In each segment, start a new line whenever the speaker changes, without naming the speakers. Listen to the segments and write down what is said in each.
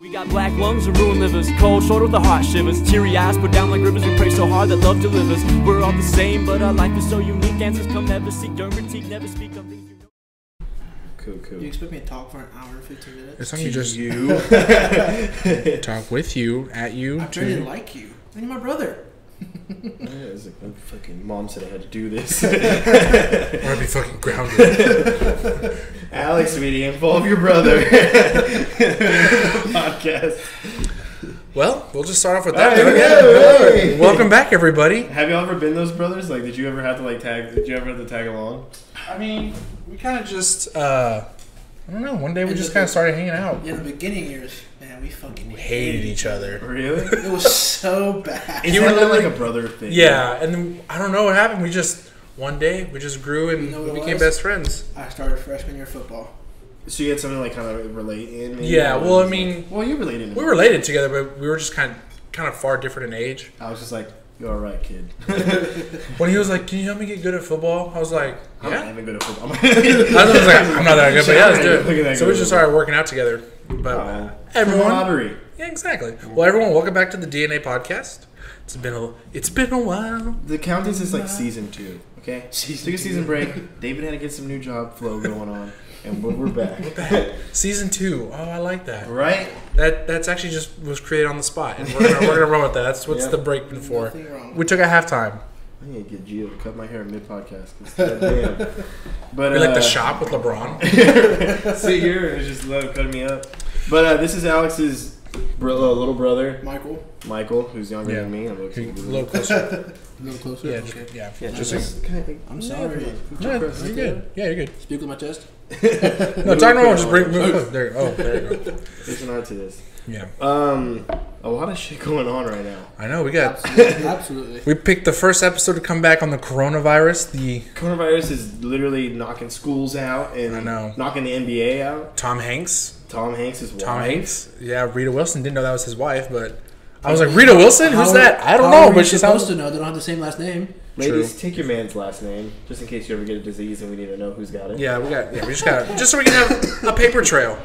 We got black lungs and ruined livers, cold shoulder with the heart shivers, teary eyes put down like rivers. We pray so hard that love delivers. We're all the same, but our life is so unique. Answers come never seek, don't critique, never speak on things you know.
Cool,
Do you
cool.
expect me to talk for an hour and 15 minutes?
It's something you just
you.
talk with you, at you.
I'm trying to
To,
like you. And you're my brother.
Yeah, it's like, my fucking mom said I had to do this.
or I'd be fucking grounded.
Allie, sweetie, involve your brother. Podcast.
well, we'll just start off with that.
There we
then, I
go.
guess.
Hey.
Welcome back, everybody.
Have you all ever been those brothers? Like, did you ever have to like tag? Did you ever have to tag along?
I mean, we kind of just, uh, I don't know. One day we
It's
just
a-
kind of started hanging out.
Yeah, the beginning years, man, we fucking
We hated each other.
Really?
It was so bad.
Is
You
that
were
like,
like-
a brother thing?
Yeah, and then I don't know what happened. We just one day we just grew and
You know what
we
it
became
was?
best friends.
I started freshman year football.
So you had something like kind of relate in? maybe?
Yeah. Well, I mean,
well, you related. in-
we related together, but we were just kind of kind of far different in age.
I was just like, you're all right, kid.
When he was like, "Can you help me get good at football?" I was like,
I'm
"Yeah."
not even good at football.
I was like, I'm not that good, but yeah, let's
Look at
do
that
it. So we
guy.
just started working out together. But
Aw.
everyone,
Camaraderie.
yeah, exactly. Well, everyone, welcome back to the DNA podcast. It's been a it's been a while.
The Countess is like season two. Okay, took a Uh-huh. season break. David had to get some new job flow going on, and we're, we're back.
Season two. Oh, I like that.
right?
That that's actually just was created on the spot, and we're gonna, we're gonna run with that. That's what's
Yeah.
the break been for.
Nothing wrong.
We took a halftime.
I need to get Gio to cut my hair mid podcast. But
We like
uh,
the shop with LeBron.
See, you're just love cutting me up. But uh, this is Alex's bro- uh, little brother
Michael,
Michael, who's younger
Yeah.
than me. I'm
a
looking
little closer.
a little closer.
Yeah,
okay.
just, yeah.
Yeah,
Just
just,
like-
kind of.
I'm sorry.
yeah, you're good. Yeah, you're good.
Speak with my chest.
No, talk normal. Just bring. There. you- Oh, there you go.
There's an art to this.
Yeah.
Um, a lot of shit going on right now.
I know. We got
Absolutely.
We picked the first episode to come back on the coronavirus, the
Coronavirus is literally knocking schools out and
I know.
knocking the NBA out.
Tom Hanks.
Tom Hanks is
Tom
wild.
Hanks. Yeah, Rita Wilson. Didn't know that was his wife, but I was like, Rita Wilson? Who's that? I don't know, but she
supposed
sounds.
to know. They don't have the same last name.
Ladies, take your man's last name just in case you ever get a disease and we need to know who's got it.
Yeah, we got. Yeah, we just got. Just so we can have a paper trail.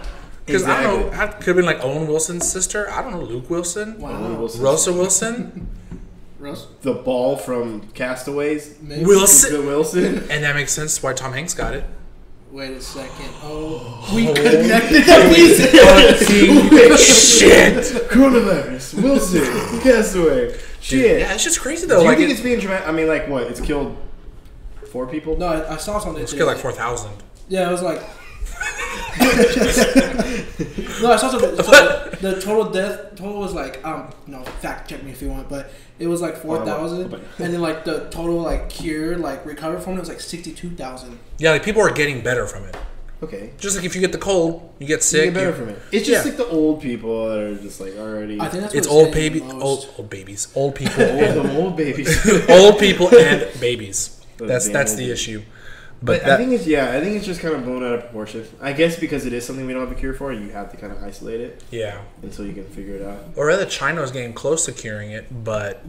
Because I don't know. I could have been like Owen Wilson's sister. I don't know. Luke Wilson.
Owen
Wow.
Wilson.
Rosa Wilson.
Russ,
The ball from Castaways.
maybe.
Bill
Wilson.
Wilson.
And that makes sense why Tom Hanks got it.
Wait a second. Oh,
Shit.
Coronavirus. Wilson. Castaway. Shit.
Yeah, it's just crazy though.
Do you
like,
think
it-
it's being dramatic? I mean, like what? It's killed four people.
no, I, I saw something.
it's
today.
good like four thousand.
Yeah, it was like. no, I saw something. So the total death total was like um no fact check me if you want, but it was like four thousand,
but-
and then like the total like cure like recovered from it was like sixty two thousand.
Yeah, like people are getting better from it.
Okay.
Just like if you get the cold, you get
You
sick.
get better
you-
from it. It's just
Yeah.
like the old people that are just like already.
I think that's what
It's old
hitting
baby,
the most.
old old babies, old people,
old, the old babies.
old people and babies.
Those
That's
damn
that's
old
the
babies.
issue.
But I
But that,
think it's yeah. I think it's just kind of blown out of proportion. I guess because it is something we don't have a cure for, you have to kind of isolate it
yeah,
until you can figure it out.
or rather, China was getting close to curing it, but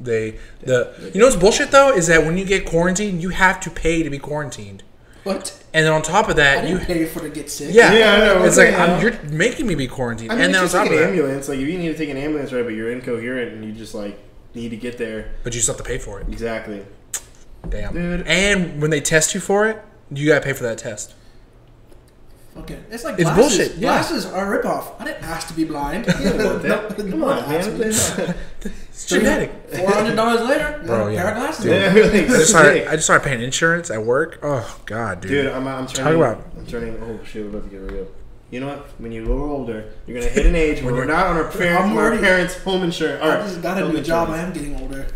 they the you know what's bullshit though is that when you get quarantined, you have to pay to be quarantined,
What?
and then on top of
I
that, you
didn't pay for to get sick.
yeah,
Yeah, I know,
it's
what
like
the
I'm,
hell?
you're making me be quarantined,
I mean,
and then on
it's just
top
like
of
an
that,
ambulance. Like if you need to take an ambulance, right? But you're incoherent and you just like need to get there.
but you still have to pay for it.
Exactly.
Damn.
Dude.
And when they test you for it, you gotta pay for that test.
Okay, it's like
It's
glasses.
bullshit, yeah.
Glasses are a ripoff. I didn't ask to be blind.
What the- Come on, man.
It's genetic.
Four hundred dollars later,
Bro,
a
yeah.
pair of glasses.
Yeah, really,
I just, started,
sick.
I just started paying insurance at work. Oh god, dude.
Dude, I'm, I'm
Talk
turning.
about-
I'm turning. Oh shit, we're about to get real. You know what? When you're a little older, you're gonna hit an age where
When
we're
you're-
not on our, parent,
I'm
our
already-
parents' home insurance.
I just got a new job. I am getting older.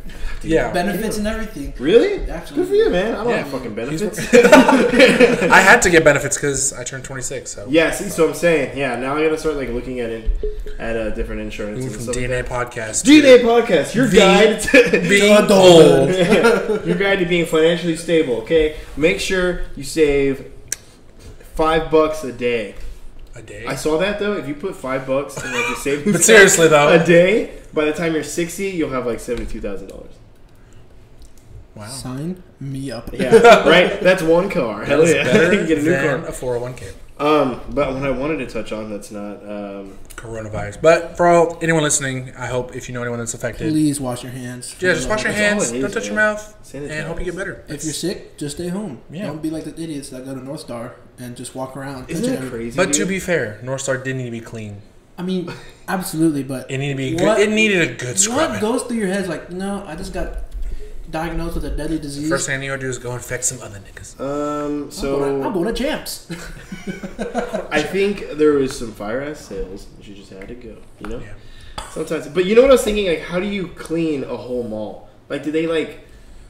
yeah.
Benefits and everything.
Really? Good for
Absolutely.
you, man. I don't
Yeah.
have fucking
He's-
benefits.
I had to get benefits because I turned 26. So
Yeah, see, so I'm saying, yeah, now I gotta start like looking at it at a different insurance.
moving
and
from
stuff.
DNA podcast.
DNA podcast, your
The-
guide to
to being old.
your guide to being financially stable. Okay, make sure you save five bucks a day.
A day.
I saw that though. If you put five bucks in like a savings,
But seriously though,
a day, by the time you're sixty, you'll have like seventy-two thousand dollars.
wow,
Sign me up.
Yeah, right. That's one car.
that
Hell
is
yeah,
better
you can get a new
than
car.
a 401k.
Um, but what I wanted to touch on that's not um,
Coronavirus. But for all anyone listening, I hope if you know anyone that's affected,
Please wash your hands.
yeah, just wash your
That's all
hands,
it is,
don't touch your
man.
mouth,
Sanitize.
and hope you get better.
If you're sick, just stay home.
Yeah.
Don't be like the idiots that go to North Star and just walk around.
isn't
touching
it
every-
crazy?
but to
dude?
be fair, North Star did need to be clean.
I mean, absolutely, but
It needed to be
What-
good. It needed a good
what
scrubbing.
goes through your head? is Like, no, I just got diagnosed with a deadly disease.
First thing I need to do is go infect some other niggas.
um,
I'm going, to,
so
I'm going to champs.
I think there was some fire ass sales. and She just had to go. You know,
Yeah.
sometimes. But you know what I was thinking? Like, how do you clean a whole mall? Like, do they like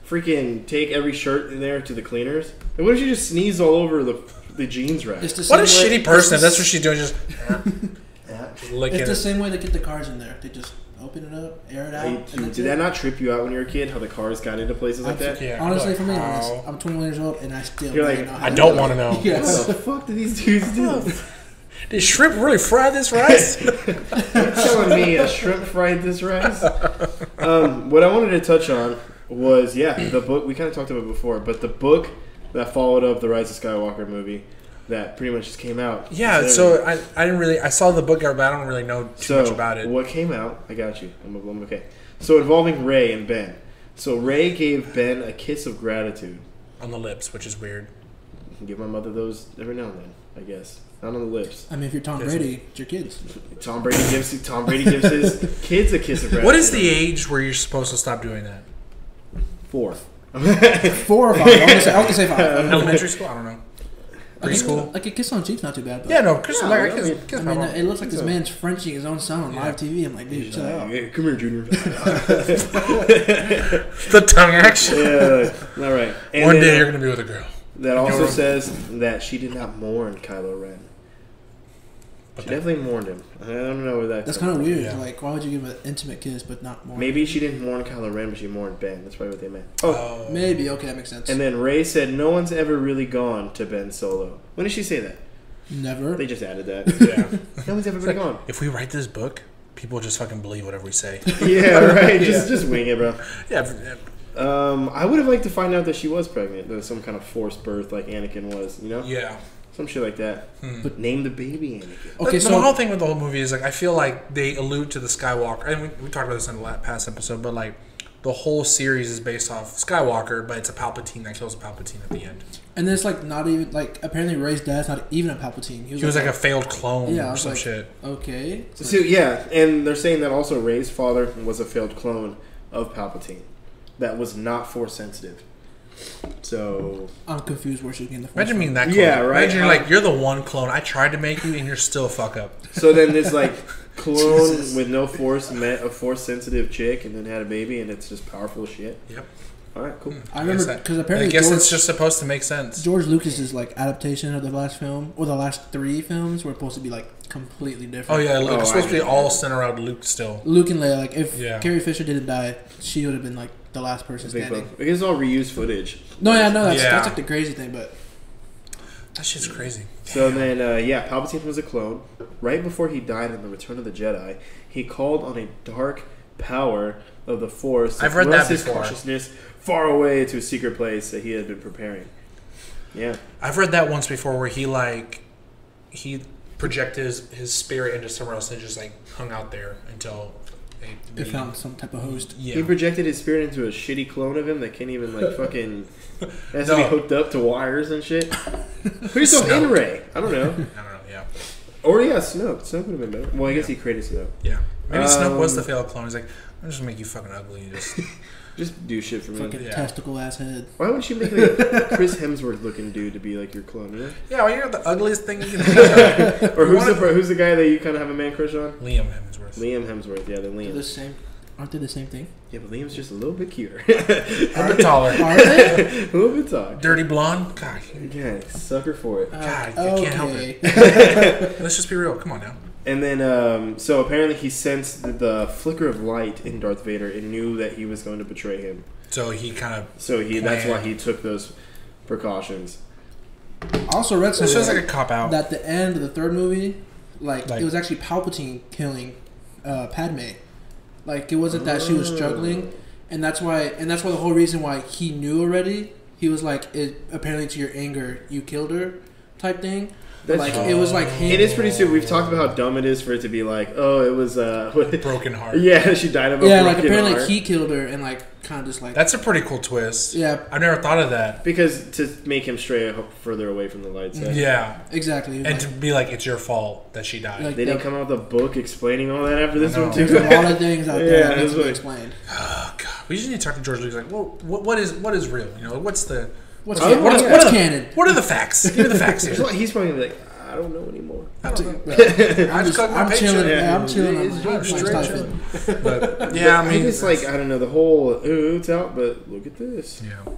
freaking take every shirt in there to the cleaners? And what if she just sneezes all over the the jeans rack?
It's the
What a
same way-
shitty person.
it's
That's
the-
what she's doing. Just
Yeah.
licking
It's the
it.
same way they get the cars in there. They just open it up, air it out.
Hey,
and
dude,
that's
did
it.
that not trip you out when you were a kid? How the cars got into places like that?
Yeah,
Honestly,
like,
for me, honest,
how?
I'm 21 years old and I still
You're
really
like,
know
I
how
don't
do
wanna
it.
know.
What
Yes.
the fuck did these dudes do?
Did shrimp really fry this rice?
You're telling me a shrimp fried this rice? Um, what I wanted to touch on was yeah, the book we kind of talked about it before, but the book that followed up the Rise of Skywalker movie that pretty much just came out.
yeah.
It's
So I, I didn't really. I saw the book, but I don't really know too
So,
much about it.
What came out? I got you. I'm, I'm okay. So involving Ray and Ben. So Ray gave Ben a kiss of gratitude.
on the lips, which is weird.
I can give my mother those every now and then, I guess. Not on the lips.
I mean, if you're Tom
Yes.
Brady, it's your kids.
Tom Brady gives Tom Brady gives his kids a kiss of gratitude.
What is the age where you're supposed to stop doing that?
fourth?
Four or five. I was going to say five. I mean,
Elementary school? I don't know. Preschool?
Like a kiss on the cheek's not too bad. But
Yeah, no. Chris,
Yeah,
like, I
I
kiss,
mean-
kiss
I
my
mean,
mom.
it looks like this man's Frenching his own son on live TV. I'm like, dude, chill out.
Hey, Uh, come here, Junior.
the tongue action.
yeah, all right. And
One
then
day you're gonna be with a girl.
that also
you're-
says that she did not mourn Kylo Ren. She definitely mourned him. I don't know where that.
That's
comes
kind
from.
of weird.
Yeah.
Like, why would you give an intimate kiss but not more?
Maybe she didn't mourn Kylo Ren, but she mourned Ben. That's probably what they meant. Oh,
Oh.
Maybe. Okay, that makes sense.
and then Ray said, "No one's ever really gone to Ben Solo." When did she say that?
Never.
They just added that.
Yeah.
no one's ever really gone.
if we write this book, people just fucking believe whatever we say.
Yeah, right. Just just wing it, bro.
yeah. if-
Um, I would have liked to find out that she was pregnant. There was some kind of forced birth, like Anakin was. You know,
Yeah.
some shit like that. But name the baby Anakin.
Okay,
the,
so
the whole thing with the whole movie is like I feel like they allude to the Skywalker, and we, we talked about this in the la- past episode, but like the whole series is based off Skywalker, but it's a Palpatine that kills a Palpatine at the end.
and then it's like not even like apparently Ray's dad's not even a Palpatine.
He was like a failed clone
yeah, I
or
was
some
like,
shit.
okay.
So yeah, and they're saying that also Ray's father was a failed clone of Palpatine that was not force sensitive. So
I'm confused where she's getting the force
Imagine
from.
being that clone.
Yeah, right.
Imagine you're
How-
like you're the one clone I tried to make you, and you're still a fuck up.
so then this like clone
Jesus.
with no force met a force sensitive chick and then had a baby and it's just powerful as shit.
Yep.
All right, cool.
I remember
guess that-
because
I
apparently
guess
George,
it's just supposed to make sense.
George Lucas's like adaptation of the last film or the last three films were supposed to be like completely
Oh
different.
yeah,
Oh,
look,
I
it's supposed to be
get it.
all centered around Luke still.
Luke and Leia. Like if
Yeah.
Carrie Fisher didn't die, she would have been like the last person
Big
standing.
fuck. I guess it's all reused footage.
No, yeah, no, that's
Yeah.
that's like the crazy thing. But
That shit's crazy.
So then, uh, yeah, Palpatine was a clone. Right before he died in the Return of the Jedi, he called on a dark power of the Force to
I've read
thrust
that
his
before.
consciousness far away to a secret place that he had been preparing. Yeah,
I've read that once before where he like he projected his, his spirit into somewhere else and just like hung out there until they,
they found some type of host.
Yeah.
he projected his spirit into a shitty clone of him that can't even like fucking has to
No.
be hooked up to wires and shit. Pretty so
Snoke.
in Ray. I don't know.
I don't know. Yeah.
Or yeah, Snoke. Snoke would have been better. Well, I guess he created Snoke.
Yeah. Maybe Snoke was
Um,
the failed clone. He's like, I'm just gonna make you fucking ugly. and Just
Just do shit for me.
Fucking
Yeah.
testicle ass head.
Why wouldn't you make like, a Chris Hemsworth looking dude to be like your clone? You know?
yeah, well, you're the ugliest thing you can. Think of.
Or who's the
Wanna-
who's the guy that you kind of have a man crush on?
Liam Hemsworth.
Liam Hemsworth. Yeah, then
They're the
Liam.
same. Aren't they the same thing?
Yeah, but Liam's just a little bit cuter,
A bit taller.
Are they?
a little bit taller.
Dirty blonde. God, you-
Yeah, sucker for it.
God,
Uh,
you can't help
okay.
let's just be real. Come on now.
And then, um, so apparently he sensed the, the flicker of light in Darth Vader and knew that he was going to betray him.
So he kind of.
So he that's why
Plan.
he took those precautions.
I also read
This
something
feels like a cop out.
that the end of the third movie, like,
Like-
it was actually Palpatine killing uh, Padme. Like it wasn't that she was
Oh.
struggling, and that's why, and that's why the whole reason why he knew already. He was like, it, apparently to your anger, you killed her, type thing.
That's
like it was like him.
It is pretty stupid. We've talked about how dumb it is for it to be like, oh, it was uh, what-
Broken heart.
Yeah, she died of a
Yeah, like
broken
apparently
heart.
he killed her and like kind of just like
That's a pretty cool twist.
Yeah.
I've never thought of that.
because to make him stray ho- further away from the light side.
Yeah.
exactly.
And to be like, it's your fault that she died.
Like-
They didn't
Yeah.
come out with a book explaining all that after this
I
one
know.
too.
There's a lot of things out
Yeah,
there that
that's
need to
what-
be explained.
oh god, we just need to talk to George Lucas. Like, well, what, what is what is real? You know, what's the
What's,
Oh,
what is,
yeah.
what's
are the-
canon?
What are the facts? Give me the facts here.
He's like- He's probably gonna be like, I don't know anymore.
I don't know.
I'm, just,
got my
I'm chilling.
paycheck.
Yeah, I'm chilling.
It's
I'm like, I'm
just
like,
straight
stifled.
But yeah, I mean,
it's like I don't know the whole ooh it's out, but look at this.
Yeah.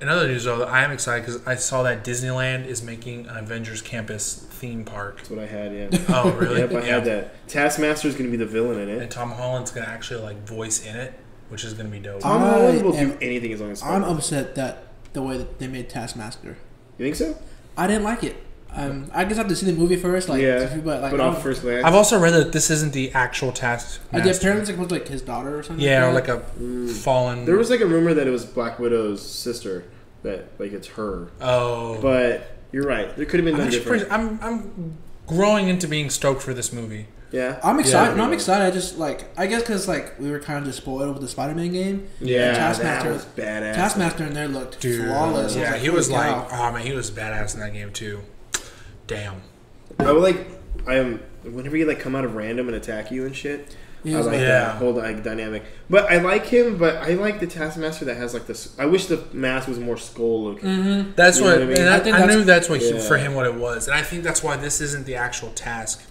In other news, though, I am excited because I saw that Disneyland is making an Avengers Campus theme park.
That's what I had. Yeah,
Oh, really?
yep, I had that. Taskmaster's gonna be the villain in
And
it.
Tom Holland's gonna actually like voice in it, which is gonna be dope.
Tom
I
Holland will do
am-
anything as long as
I'm
Spider-Man.
upset that the way that they made Taskmaster.
You think so?
I didn't like it. Um, I guess I have to see the movie first. Like,
yeah,
but like,
off
I'm-
first glance,
I've also read that this isn't the actual task.
I did, apparently it's like, was like his daughter or something.
yeah, or
like
like
that.
a fallen.
there was like a rumor that it was Black Widow's sister. That like it's her,
oh,
but you're right. There could have been
I'm,
done
actually
different.
pretty, I'm I'm growing into being stoked for this movie.
yeah,
I'm excited.
Yeah.
no, I'm excited. I just like I guess because like we were kind of just spoiled with the Spider-Man game.
yeah.
And
Taskmaster
Taskmaster.
that was badass.
Taskmaster in there looked
Dude,
flawless. I
yeah, he was
holy
like,
cow.
oh man, he was badass in that game too. Damn.
I would like. I am. Whenever you like come out of random and attack you and shit,
He
I
was
like
like-
Yeah.
that whole like dynamic. But I like him. But I like the Taskmaster that has like this. I wish the mask was more skull looking.
Mm-hmm.
That's
You know
what,
what I mean?
and I,
I think
I
that's-
knew that's what he-
Yeah.
for him what it was, and I think that's why this isn't the actual task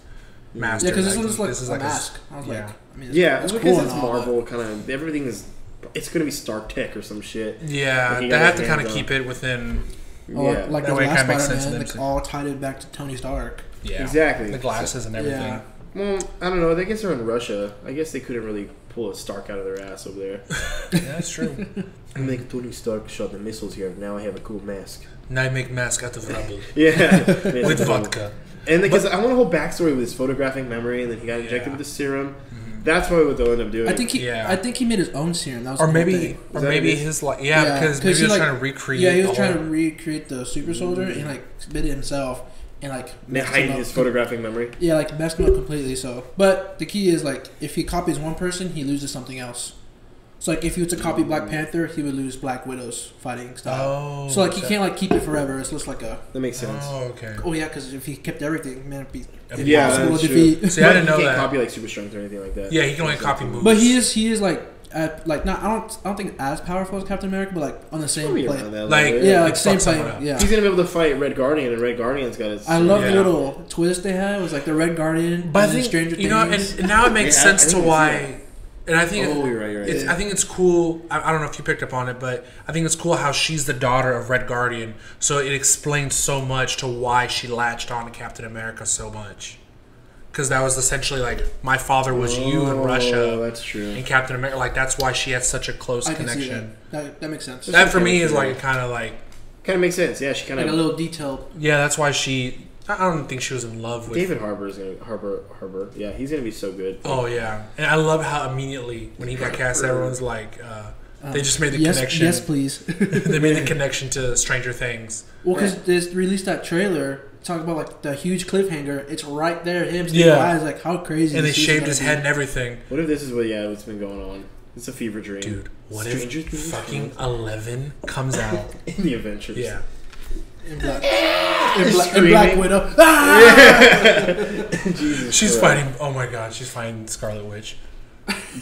master.
yeah, because this
Like,
was like
this is
a
like s-
mask. I was
yeah.
like, I mean, it's,
Yeah,
it's
because
cool
it's
and all,
Marvel. Kind of everything is. It's gonna be Star Tech or some shit.
yeah,
Like, he
they
got
have
his
to kind of
hands
keep it within.
but- Or,
yeah.
like
That
the
way it
last
kinda makes sense
Spider-Man,
to them
like
too.
all tied it back to Tony Stark.
Yeah,
Exactly.
The glasses and everything.
Yeah.
Well, I don't know. I guess they're in Russia. I guess they couldn't really pull a Stark out of their ass over there.
Yeah, that's true.
I make Tony Stark shot the missiles here. Now I have a cool mask.
now I make mask out of rubble
Yeah,
with vodka.
And because I want a whole backstory with his photographic memory, and then he got injected
Yeah. Mm-hmm.
with the serum. That's probably what they'll end up doing.
I think he,
Yeah.
I think he made his own serum. That was the
Or
whole
maybe,
thing.
or
that
maybe
it is?
his like, yeah, because maybe he
he,
was
like-
trying to recreate.
Yeah, he was
the
trying
whole-
to recreate the super soldier and like did it himself and like
they're
messed him
hiding
up.
his photographic memory.
Yeah, like messed him up completely. So, but the key is like if he copies one person, he loses something else. So like if he was to copy Black Panther, he would lose Black Widow's fighting style.
Oh,
so like he
okay.
can't like keep it forever. It's just like a
That makes sense.
Oh, okay.
oh yeah, because if he kept everything, man, it'd be
Yeah,
impossible
that's
to
true.
defeat.
See, I
But
didn't
he
know
can't
that.
copy like super strength or anything like that.
Yeah, he can only copy moves.
But he is he is like uh, like not I don't I don't think as powerful as Captain America, but like on the same
Probably
plane.
around that
Like-
level,
Yeah,
Yeah,
like
fuck
same
someone
plane.
up.
Yeah.
He's gonna be able to fight Red Guardian, and Red Guardian's got his.
I love
Yeah.
the little twist they had. It was like the Red Guardian,
But I
and
think
Stranger
you know,
Things.
and, and now it makes
Yeah, I- I
sense
think
to
I see
why. And I think
Oh, you're right, you're right.
It's,
Yeah.
I think it's cool. I, I don't know if you picked up on it, but I think it's cool how she's the daughter of Red Guardian, so it explains so much to why she latched on to Captain America so much. Because that was essentially like my father was you in
Oh,
Russia
That's true.
and Captain America. Like that's why she has such a close
I can see
connection.
that. that. That makes sense.
That. for me is like kind of like
Kind of makes sense. Yeah, she kind
like a
of.
little detail.
yeah. That's why she. I I don't think she was in love with
David Harbour is gonna Harbour Harbour. Yeah, he's gonna be so good.
Oh yeah, and I love how immediately when he got cast, everyone's like, uh, they just made the
Um, yes,
connection.
yes, please.
they made the connection to Stranger Things.
well, because they just released that trailer. Talk about like the huge cliffhanger. It's right there. Him,
Yeah.
yeah. Eyes, like how crazy.
And they
this season's
shaved his
gonna
head and everything.
What if this is what? Yeah, what's been going on? It's a fever dream,
Dude, what
Stranger
if
Things
fucking Eleven comes out?
in the Avengers.
yeah.
be. And Black, and Black, and
Screaming.
Black Widow. Ah!
Jesus
She's
Christ.
fighting oh my god, she's fighting Scarlet Witch.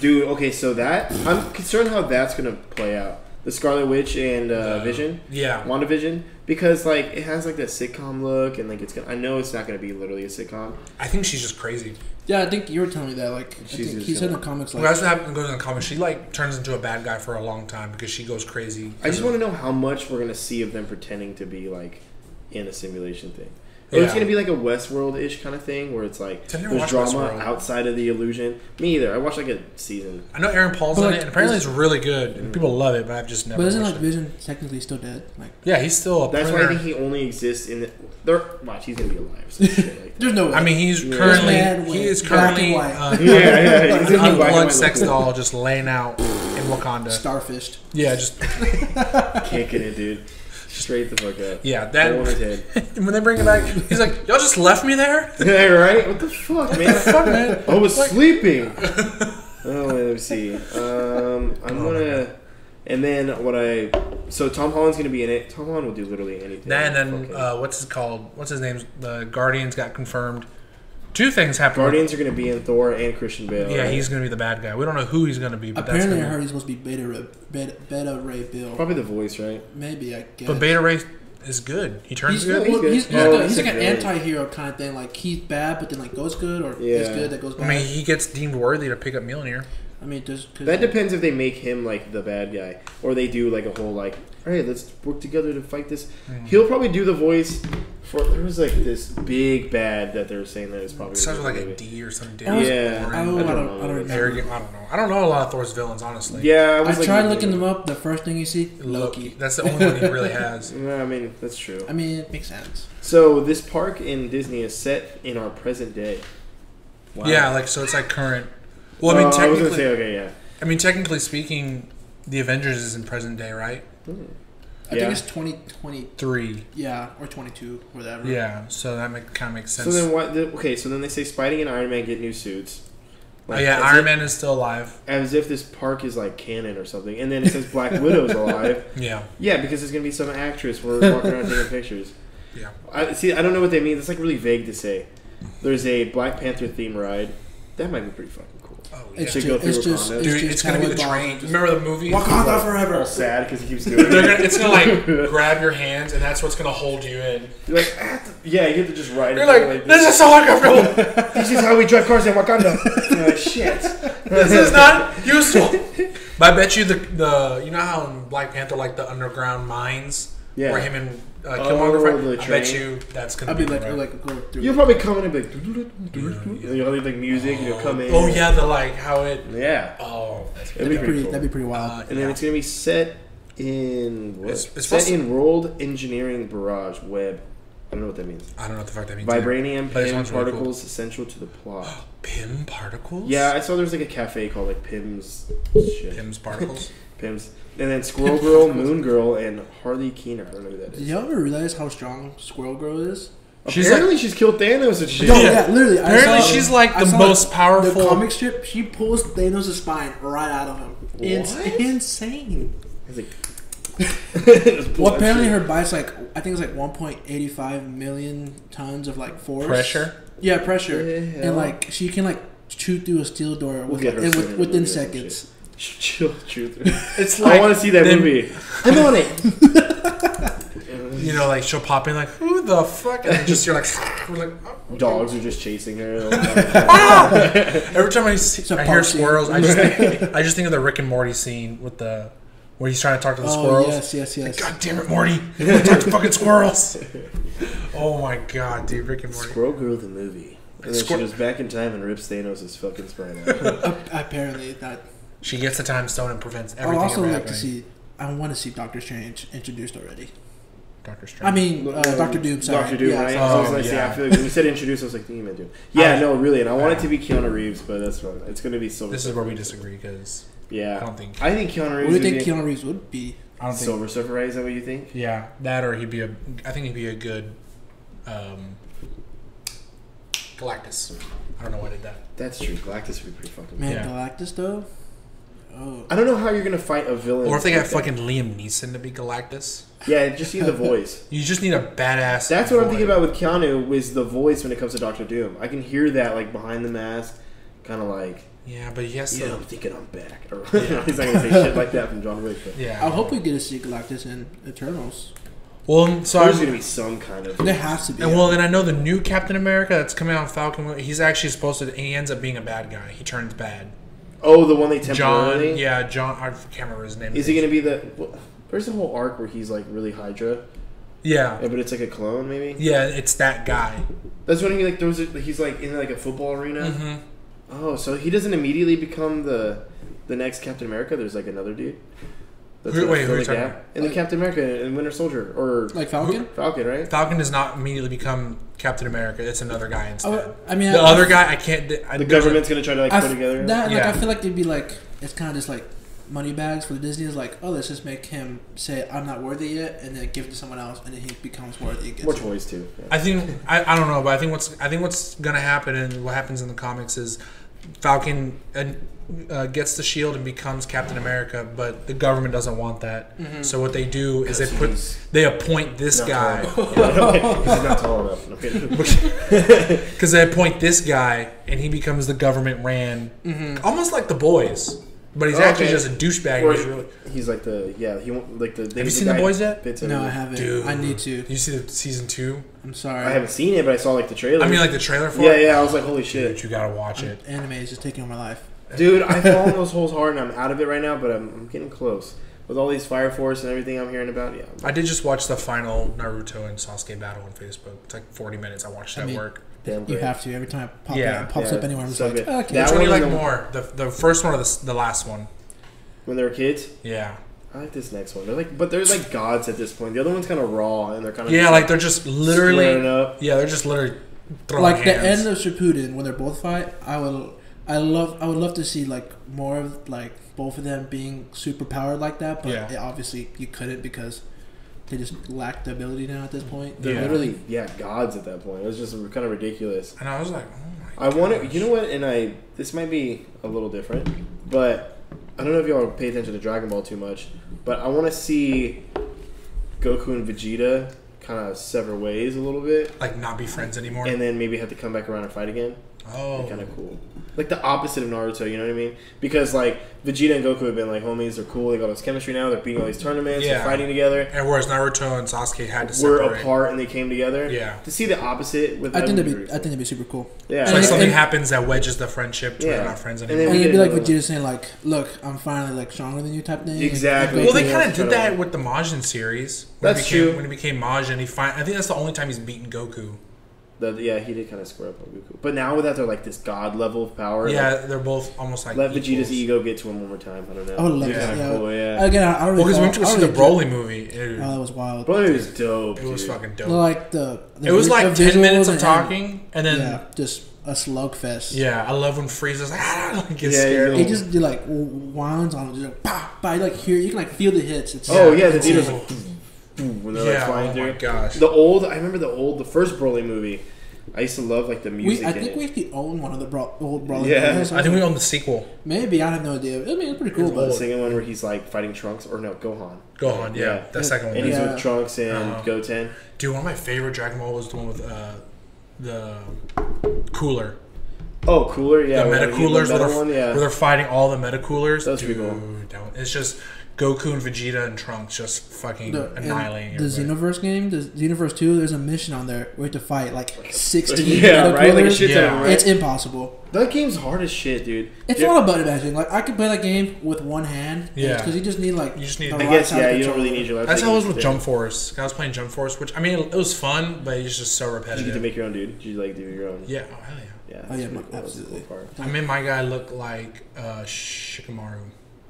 Dude, okay, so that I'm concerned how that's gonna play out. The Scarlet Witch and uh, Vision,
Yeah.
WandaVision, because like it has like that sitcom look, and like it's gonna. I know it's not gonna be literally a sitcom.
I think she's just crazy.
Yeah, I think you were telling me that. Like, I
She's
think
just
he said in the
gonna-
comics
Well,
like.
that's what happens goes in the comics. She like turns into a bad guy for a long time because she goes crazy.
I just want to know how much we're gonna see of them pretending to be like in a simulation thing. Or
Yeah.
it's gonna be like a Westworld ish kind of thing where it's like
I've never
there's
watched
drama
Westworld.
outside of the illusion. Me either. I watched like a season.
I know Aaron Paul's
But,
in
like,
it, and apparently
is-
it's really good, and people love it, but I've just never.
But isn't
watched
like
it.
Vision technically still dead? Like,
Yeah, he's still a.
That's why I
prisoner.
think he only exists in the. There, watch, he's gonna be alive. or some shit like that.
there's no way.
I mean, he's
Yeah.
currently
Mad
he
with
is
black and
currently
white.
uh,
Yeah, yeah, yeah. He's gonna be
an
black and
unplugged
white
sex
looking.
doll just laying out in Wakanda.
starfished.
Yeah, just
Kicking it, dude. Straight the fuck up.
Yeah, that-
Hold his head.
when they bring it back, he's like, "Y'all just left me there."
Hey, right? What the fuck, man?
Fuck, man.
I was sleeping. oh, wait, let me see. Um, I'm gonna. And then what I. So Tom Holland's gonna be in it. Tom Holland will do literally anything.
And then
Fucking-
uh, what's it called? What's his name? The Guardians got confirmed. Two things happened.
Guardians are gonna be in Thor and Christian Bale.
Yeah,
right?
he's gonna be the bad guy. We don't know who he's gonna be, but
Apparently, I
that's gonna
heard he's supposed to be Beta Ray, Beta, Beta Ray Bill.
probably the voice, right?
Maybe I guess.
But Beta Ray is good. He turns
He's,
good.
well,
he's
he's,
good.
he's,
Yeah.
like,
Oh,
a- he's
he's
like an
good.
anti-hero kind of thing. Like he's bad, but then like goes good, or
Yeah.
is good that goes bad.
I mean, he gets deemed worthy to pick up Mjolnir.
I mean, just 'cause-
That depends if they make him like the bad guy, or they do like a whole like, all right, let's work together to fight this.
Mm.
He'll probably do the voice for there was like this big bad that they were saying that is probably
Sounds
gonna
like
be
a
movie.
D or something.
I was-
Yeah,
I don't, I
I
don't,
don't
I
know.
don't, remember.
Arrogant. I don't know. I don't know a lot of Thor's villains, honestly.
Yeah, I
I
was like,
tried looking them up. The first thing you see, Loki.
Loki. That's the only one he really has.
Yeah, I mean that's true.
I mean, it makes sense.
So this park in Disney is set in our present day. Wow.
Yeah, like so it's like current. Well, I mean
Uh, I was
technically, I,
gonna say okay, yeah.
mean technically speaking, the Avengers is in present day, right?
I
Yeah.
think it's 2020,
Three.
yeah, or 22, whatever.
Yeah, so that make, kind of makes sense.
So then what? The, okay, so then they say Spidey and Iron Man get new suits.
oh, yeah,
as
Iron
if-
Man is still alive.
As if this park is like canon or something, and then it says Black Widow's alive.
Yeah,
Yeah, because there's gonna be some actress where we're walking around taking pictures.
yeah.
I see. I don't know what they mean. That's like really vague to say. There's a Black Panther theme ride. That might be pretty fucking cool.
Oh, yeah.
It's
To
just,
go through
it's just,
Wakanda.
it's
Dude,
just
it's, gonna be the
Howard Ball.
train. Remember the movie?
Wakanda forever.
All sad because he keeps doing it.
They're gonna, it's gonna like grab your hands, and that's what's gonna hold you in.
You're like, ah, th- yeah, you have to just ride.
You're
it
like, this is so uncomfortable.
this is how we drive cars in Wakanda. You're like, shit.
This is not useful. But I bet you the the you know how in Black Panther like the underground mines
Yeah.
where him and uh,
Oh,
Killmonger fight.
the
I bet
train.
you that's gonna
I'll
be,
be like,
the-
I'll like go through.
You'll probably come in and be like, and you'll have like music. You'll come in.
Oh yeah, the like how it.
Yeah.
Oh, that's
It'd
that'd,
be pretty
be pretty,
cool.
that'd be pretty wild.
uh,
And then
yeah.
it's gonna be set in what?
It's- it's
set
supposed-
in World Engineering Barrage Web. I don't know what that means.
I don't know what the fuck that means. either.
Vibranium
But it
PIM
sounds really
particles essential to the plot.
cool. Pim particles.
Yeah, I saw there was like a cafe called like Pim's shit.
Pim's particles.
Pim's. And then Squirrel Girl, Moon Girl, and Harley Quinn. I don't know who that
Did
is.
y'all ever realize how strong Squirrel Girl is?
She's
Apparently she's killed Thanos and shit.
No,
Yeah.
yeah, literally.
Apparently
I saw,
she's like
I
the
saw
most powerful-
The comic strip, she pulls Thanos' spine right out of him. It's
What?
insane.
He's like, Just pull
Well,
that
apparently
shit.
her body's like I think it's like 1.85 million tons of like force
Pressure?
Yeah, pressure,
Yeah.
and like she can like shoot through a steel door
We'll
with,
get her
and
soon
with-
in a
within
movie or some
seconds.
Chill, truth.
it's
I want to see that
them-
movie. I'm on it.
You know, like she'll pop in like, who the fuck? And just you're like, we're like oh.
Dogs are just chasing her. Oh
every time I see,
a
I hear
pump scene.
squirrels, I just think, I just think of the Rick and Morty scene with the where he's trying to talk to the
Oh
squirrels.
yes, yes, yes.
God damn it, Morty! I talk to fucking squirrels. Oh my god, dude, Rick and Morty.
Squirrel Girl the movie. And then she
Squir-
goes back in time and rips Thanos' fucking spine out.
Ap- apparently that.
She gets the time stone and prevents
I'd
everything.
also
from
like to
happening.
see. I want to see Doctor Strange introduced already.
Doctor Strange.
I mean, uh,
Um,
Doctor Doom. Sorry.
Doctor Doom,
Yeah,
right?
sorry.
I was
Oh,
like, yeah.
yeah.
I feel like when you said introduce, I was like, thinking about Doom. Yeah,
I-
no, really. And I want it to be Keanu Reeves, but that's fine. It's going to be Silver
this is where we disagree because
Yeah.
I don't think-
I think Keanu Reeves
What do you
would
think
be
Keanu Reeves would be?
I don't think.
Silver Surfer, right? Is that what you think?
Yeah, that or he'd be a. I think he'd be a good. Um, Galactus. I don't know why I did that.
That's true. Galactus would be pretty fucking
Man,
Yeah.
Galactus though. Oh,
I don't know how you're going to fight a villain.
Or if they got
like that.
fucking Liam Neeson to be Galactus.
Yeah, just see the voice.
You just need a badass.
That's what I'm thinking
voice.
about with Keanu, was the voice when it comes to Doctor Doom. I can hear that, like, behind the mask, kind of like,
Yeah, but yes,
yeah,
yeah.
I'm thinking I'm back. Or, He's not going to say shit like that from John Wick, but.
yeah.
I hope we get to see Galactus in Eternals.
Well, so
There's
I'm,
going to be some kind of.
There has to be.
and well, then I know the new Captain America that's coming out. Falcon. He's actually supposed to. He ends up being a bad guy. He turns bad.
Oh, the one they
John.
temporarily.
Yeah, John. I can't remember his name.
Is he going to be the? Well, there's a whole arc where he's like really Hydra,
Yeah.
yeah, but it's like a clone maybe.
Yeah, it's that guy.
That's when he like throws it. He's like in like a football arena.
Mhm.
Oh, so he doesn't immediately become the the next Captain America. There's like another dude. That's
Who-
gonna
wait, who
fill
are
the
you talking
gap.
about?
In the Captain America and Winter Soldier or
like Falcon.
Falcon, right?
Falcon does not immediately become Captain America. It's another guy instead.
Oh, I mean,
the
I-
other guy, I can't. I,
The government's gonna try to like
I
put
f-
together.
That, like,
Yeah.
I feel like it'd be like it's kind of just like Moneybags for Disney is like, oh, let's just make him say, I'm not worthy yet, and then give it to someone else, and then he becomes worthy again.
More toys too. Yeah.
I think I, I don't know, but I think what's I think what's gonna happen and what happens in the comics is Falcon uh, uh, gets the shield and becomes Captain America, but the government doesn't want that. So what they do is they put
he's
they appoint this
not
guy
tall enough. He's not tall enough. Okay.
because they appoint this guy and he becomes the government ran almost like the boys, but he's actually
Oh, Okay.
just a douchebag.
Or
He's really,
he's like the yeah. He won't like the. Have
you seen The Boys yet?
No, I haven't.
Dude.
I need to.
you see the season two?
I'm sorry.
I haven't seen it, but I saw like the trailer.
I mean, like the trailer for
yeah,
it.
yeah. I was like, holy
Dude,
shit,
you gotta watch it.
Anime is just taking over my life.
dude! I fall in those holes hard, and I'm out of it right now. But I'm, I'm getting close with all these Fire Force and everything I'm hearing about. Yeah,
I did just watch the final Naruto and Sasuke battle on Facebook. It's like 40 minutes. I watched it
I
at
mean,
work.
damn.
You
great.
have to. Every time it, pop
Yeah.
it pops
Yeah,
up anywhere, I'm just
so
like,
good.
okay.
That
Which one do
one
you like
and the-
more? The, the first one or the, s- the last one?
When they were kids,
Yeah.
I like this next one. They're like, but they're like gods at this point. The other one's kind of raw, and they're kind of
Yeah, like they're just literally.
Squaring up.
Yeah, they're just literally throwing
like the
hands.
end of Shippuden when they're both fight, I will, I love, I would love to see like more of like both of them being super powered like that. But
Yeah.
it- obviously you couldn't because they just lack the ability now at this point.
they're
Yeah.
literally yeah gods at that point. It was just kind of ridiculous.
and I was like, oh my
I want to,
gosh.
you know what? And I, this might be a little different, but I don't know if y'all pay attention to Dragon Ball too much, but I want to see Goku and Vegeta kind of sever ways a little bit,
Like not be friends anymore.
and then maybe have to come back around and fight again.
oh.
Kind of cool. Like the opposite of Naruto, you know what I mean? Because like Vegeta and Goku have been like homies, they're cool, they got all this chemistry now, they're beating all these tournaments,
Yeah.
they're fighting together.
And whereas Naruto and Sasuke had to
We're
separate.
apart and they came together.
Yeah.
To see the opposite with
I
them
think
would
that'd
really cool.
be, I think that'd be super cool.
yeah.
It's like
And-
something
and-
happens that wedges the friendship to where
Yeah.
they're not friends
And
anymore.
then-
And it'd be like
Yeah.
Vegeta saying like, "Look, I'm finally like stronger than you" type thing.
Exactly.
well,
Like,
they
Everything
kind of
else
did
is kinda
that
like-
with the Majin series. When
That's
he became,
true.
When he became Majin, he fin- I think that's the only time he's beaten Goku.
The, yeah, he did kind of square up on Goku. But now with that, they're like this god level of power.
Yeah,
like,
they're both almost like
let Vegeta's
equals.
ego get to him one more time. I don't know.
I would love
It's
that.
kinda
Yeah.
cool, yeah.
Again, I, I don't
Well,
really.
because we went
follow-
to
I don't
see the
really follow-
Broly movie. Dude,
Oh, that was wild.
Broly was dope.
it was
dude.
fucking dope.
Like the. the
it was
vi-
like
the
ten minutes
visuals
of
and-
talking, and then
Yeah,
yeah,
just a slugfest.
I love when Frieza's like, ah, like gets
Yeah,
scared.
yeah.
It just you like winds on just like pop, but you like hear you can like feel the hits. It's
Oh yeah, the
It's
theater's
cool.
like boom, boom, when they're
Yeah,
like flying
oh
through.
my gosh.
The old, I remember the old, the first Broly movie. I used to love like the music.
we I
in
think
it.
we actually own one of the bro- old brawling.
Yeah.
videos.
I think we own the sequel.
maybe I have no idea. I mean, it's pretty cool,
Well, the
but
singing one where he's like fighting Trunks or no Gohan.
Gohan, yeah,
Yeah.
that second
And
one.
he's
Yeah.
with Trunks and
Uh-huh.
Goten.
Dude, one of my favorite Dragon Ball was the one with uh, the cooler.
Oh, cooler, yeah.
the
when he-
meta coolers where,
metal
they're,
one, yeah.
where they're fighting all the meta coolers.
Those
Dude,
people.
that one- it's just Goku and Vegeta and Trunks just fucking
the, and
annihilating
the
everybody.
Xenoverse game, the Xenoverse two. There's a mission on there where you have to fight like sixteen.
yeah,
other
right. Like a
brothers.
shit ton of
Yeah.
them, right?
It's impossible.
that game's hard as shit, dude.
It's
Dude,
not about imagining. Like I could play that game with one hand.
Yeah.
because you just need like
You just need-
the
I
I
right
guess
side
yeah, you don't
controller.
really need your. left
That's
leg
how it was
to
with
fit.
Jump Force. I was playing Jump Force, which I mean, it was fun, but it's just
Did
so
you get to
repetitive.
make your own, dude? Did you like do your own?
yeah, oh, hell yeah.
Yeah.
Oh,
that's
yeah, my-
pretty cool. That's the
absolutely.
cool part.
I mean, my guy looked like uh, Shikamaru.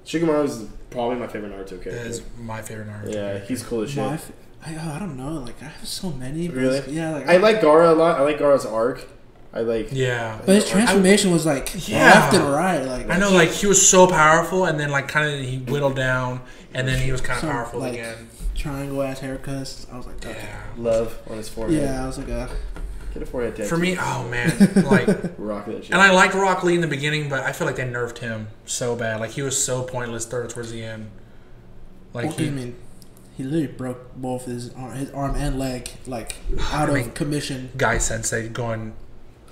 Shikamaru is probably my favorite Naruto character.
That is my favorite Naruto.
yeah,
character.
he's cool as shit.
My f- I, oh, I don't know. Like I have so many. but
Really?
it's- Yeah. Like
I like Gara a lot. I like Gara's arc. I like.
Yeah.
But his transformation was like
Yeah.
left and right. Like
I know, like he was so powerful, and then like kind of he whittled down, and then he was kind of
Some,
powerful
like,
again.
triangle ass haircuts. I was like, okay.
Yeah.
Love on his forehead.
yeah. I was like, uh,
Get a forehead tattoo.
For me, oh man, like
rock that shit.
And I liked Rock Lee in the beginning, but I feel like they nerfed him so bad. Like he was so pointless third towards the end. Like
what do
he,
you mean? He literally broke both his arm, his arm and leg, like out
I
of
mean-
commission.
Guy Sensei going.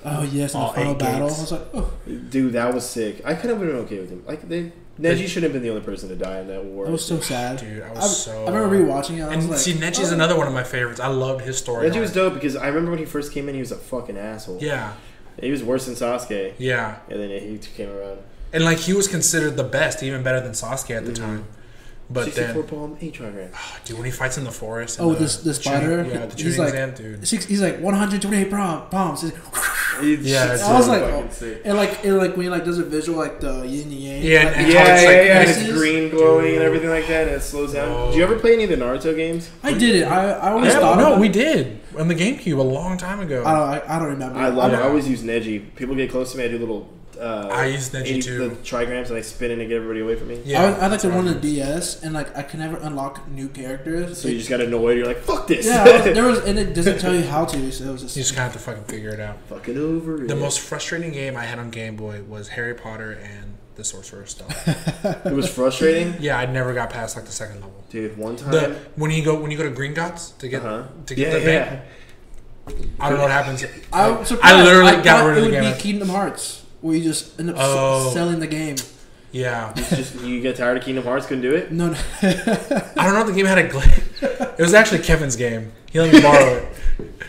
Oh yes, in the
All
final
eight
battle,
gates.
I was like, oh,
Dude, that was sick. I could have been okay with him. Like they, Neji shouldn't have been the only person to die in that war.
that was so sad.
Dude, I was
I,
so- uh,
I remember rewatching it. I
And
was like,
see, Neji's
oh.
another one of my favorites. I loved his story.
Neji was
arc.
dope because I remember when he first came in, he was a fucking asshole.
Yeah,
He was worse than Sasuke,
yeah,
and then he came around.
and like he was considered the best, even better than Sasuke at the time. But
64
then,
bomb, H trigram.
oh, dude, when he fights in the forest, and
Oh,
the,
this this
Chunin-
spider.
yeah, the
he's
Chunin
like,
exam, dude.
"Oh, six, he's like 128 prom, bombs. He's-
Yeah, it's
I was like,
fucking
oh.
sick.
and like, and like when he like does a visual like the yin and yang.
Yeah,
like,
and-
Yeah,
how it's,
yeah,
like,
yeah. and It's
pieces.
green glowing and everything like that, and it slows down.
Oh.
Do you ever play any of the Naruto games?
I did it. I I always
Yeah,
thought.
no,
about
we
it.
did on the GameCube a long time ago.
I don't. I, I don't remember.
I love it.
Yeah.
I always use Neji. People get close to me, I do little uh,
I use Neji
80
too.
The trigrams and I spin in to get everybody away from me.
Yeah,
I, would- I like
that's
to
what
run
I
the
do.
DS, and like I can never unlock new characters.
So you just got annoyed. You're like, fuck this.
yeah, I was- there was, and it doesn't tell you how to. So it was
You just
just
kind of have to fucking figure it out.
Fucking over
The
it.
most frustrating game I had on Game Boy was Harry Potter and the Sorcerer's Stone.
It was frustrating,
yeah, I never got past like the second level.
dude. One time.
Uh-huh.
The, when you go when you go to Green Dots to get
uh-huh.
to get
Yeah,
the
yeah.
bank, I don't know what happens.
I'm
Like,
surprised.
I literally got
thought
rid of the
it
game.
would be Kingdom Hearts, where you just end up s-
Oh.
selling the game.
yeah,
It's just you get tired of Kingdom Hearts, couldn't do it.
No, no.
I don't know if the game had a glitch. It was actually Kevin's game. He let me borrow it.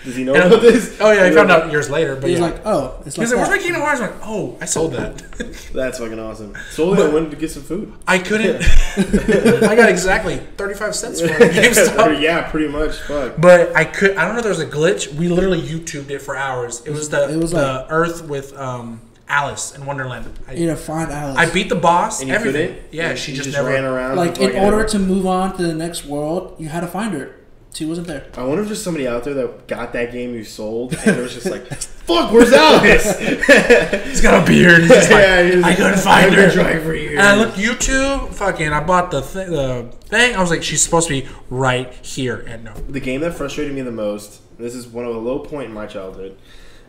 Does he know
And I'm-
about this?
oh yeah, I found out years later. But
he's
yeah.
like, oh, it's
he
like,
was like, "Where's
that.
my Kingdom Hearts?" I'm like, "Oh, I sold that.
That's fucking awesome. Solely, I wanted to get some food.
I couldn't. I got exactly 35 cents for it at GameStop."
yeah, pretty much. Fuck.
But I could. I don't know. if There was a glitch. We literally YouTubed it for hours. It was the
It was
the
like-
Earth with um Alice in Wonderland. I,
you know, find Alice.
I beat the boss.
And you
everything.
couldn't.
Yeah,
You
she just, never.
ran around.
like
for
in
fucking
order
ever.
to move on to the next world, you had to find her. She wasn't there.
I wonder if there's somebody out there that got that game you sold and it was just like, "Fuck, where's Alice?"
He's got a beard. He's just like,
he was
I
like,
couldn't find
I've been
her.
trying for years.
And I looked YouTube. Fucking, I bought the th- the thing. I was like, she's supposed to be right here, and no.
the game that frustrated me the most this is one of the low point in my childhood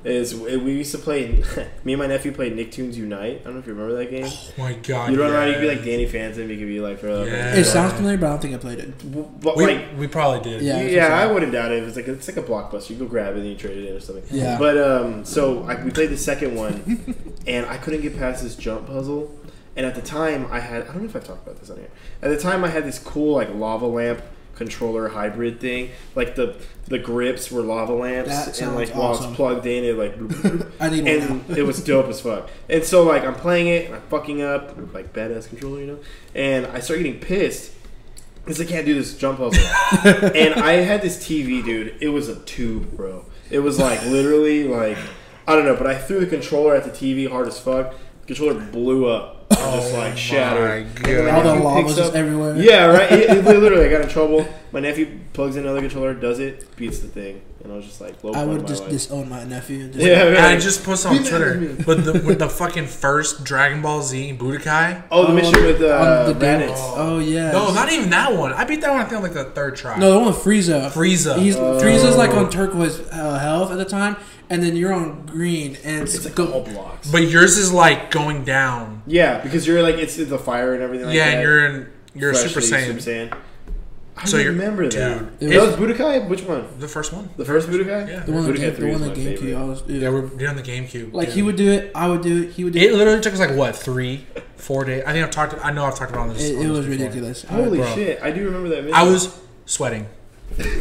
is we we used to play me and my nephew played nicktoons unite i don't know if you remember that game
Oh my god.
you don't know
yeah.
you could be like danny phantom you could be like throw
Yeah.
It sounds familiar, but I don't think I played it.
but
We,
like
we probably did.
Yeah.
yeah, I wouldn't doubt it. It was like it's like a blockbuster. You go grab it and you trade it in or something.
Yeah.
But um, so I, we played the second one, and I couldn't get past this jump puzzle. And at the time, I had I don't know if I've talked about this on here. At the time, I had this cool like lava lamp controller hybrid thing. Like the the grips were lava lamps,
That
and
sounds
like while it's
awesome.
plugged in, it like. bloop, bloop, bloop.
I need one now.
and it was dope as fuck. And so like I'm playing it, and I'm fucking up, like badass controller, you know. And I start getting pissed because I can't do this jump puzzle. and I had this TV, dude. It was a tube, bro. It was like literally like I don't know, but I threw the controller at the TV hard as fuck. The controller blew up. It just like shattered.
Oh my
And then my
Oh All the
nephew
lava
picks
just
up-
everywhere.
Yeah, right. It, it- literally, I got in trouble. My nephew plugs in another controller, does it, beats the thing, and I was just like, low
I
point
would
in my
just
life.
disown my nephew. And just
yeah,
And I
man.
just posted on
You
Twitter
know me.
with the with the fucking first Dragon Ball Z Budokai.
oh, the mission with uh,
on the
Raditz.
dance. Oh yeah.
No, not even that one. I beat that one. I think on like the third try.
No, the one with Frieza.
Frieza.
He's
Uh.
Oh.
Frieza's like on turquoise uh, health at the time, and then you're on green, and it's,
It's like
go-
all blocks.
But yours is like going down.
Yeah, because you're like it's the fire and everything. Like
yeah,
that.
and you're in you're a Super
Freshly
Saiyan.
Super Saiyan. I
So you're-
remember that.
dude,
that was Budokai. Which one?
The first one.
The first Budokai.
Yeah.
the one on
Budokai
game, the
3 is
one on
my
GameCube.
favorite.
I was
Yeah, we're doing the GameCube.
like
dude.
he would do it, I would do it, he would do
It
it.
literally took us like what three, four days. I think I've talked. I know I've talked about this.
It,
on
it
this
was
before.
ridiculous. I-
Holy
Bro.
shit! I do remember that. Mission.
I was sweating.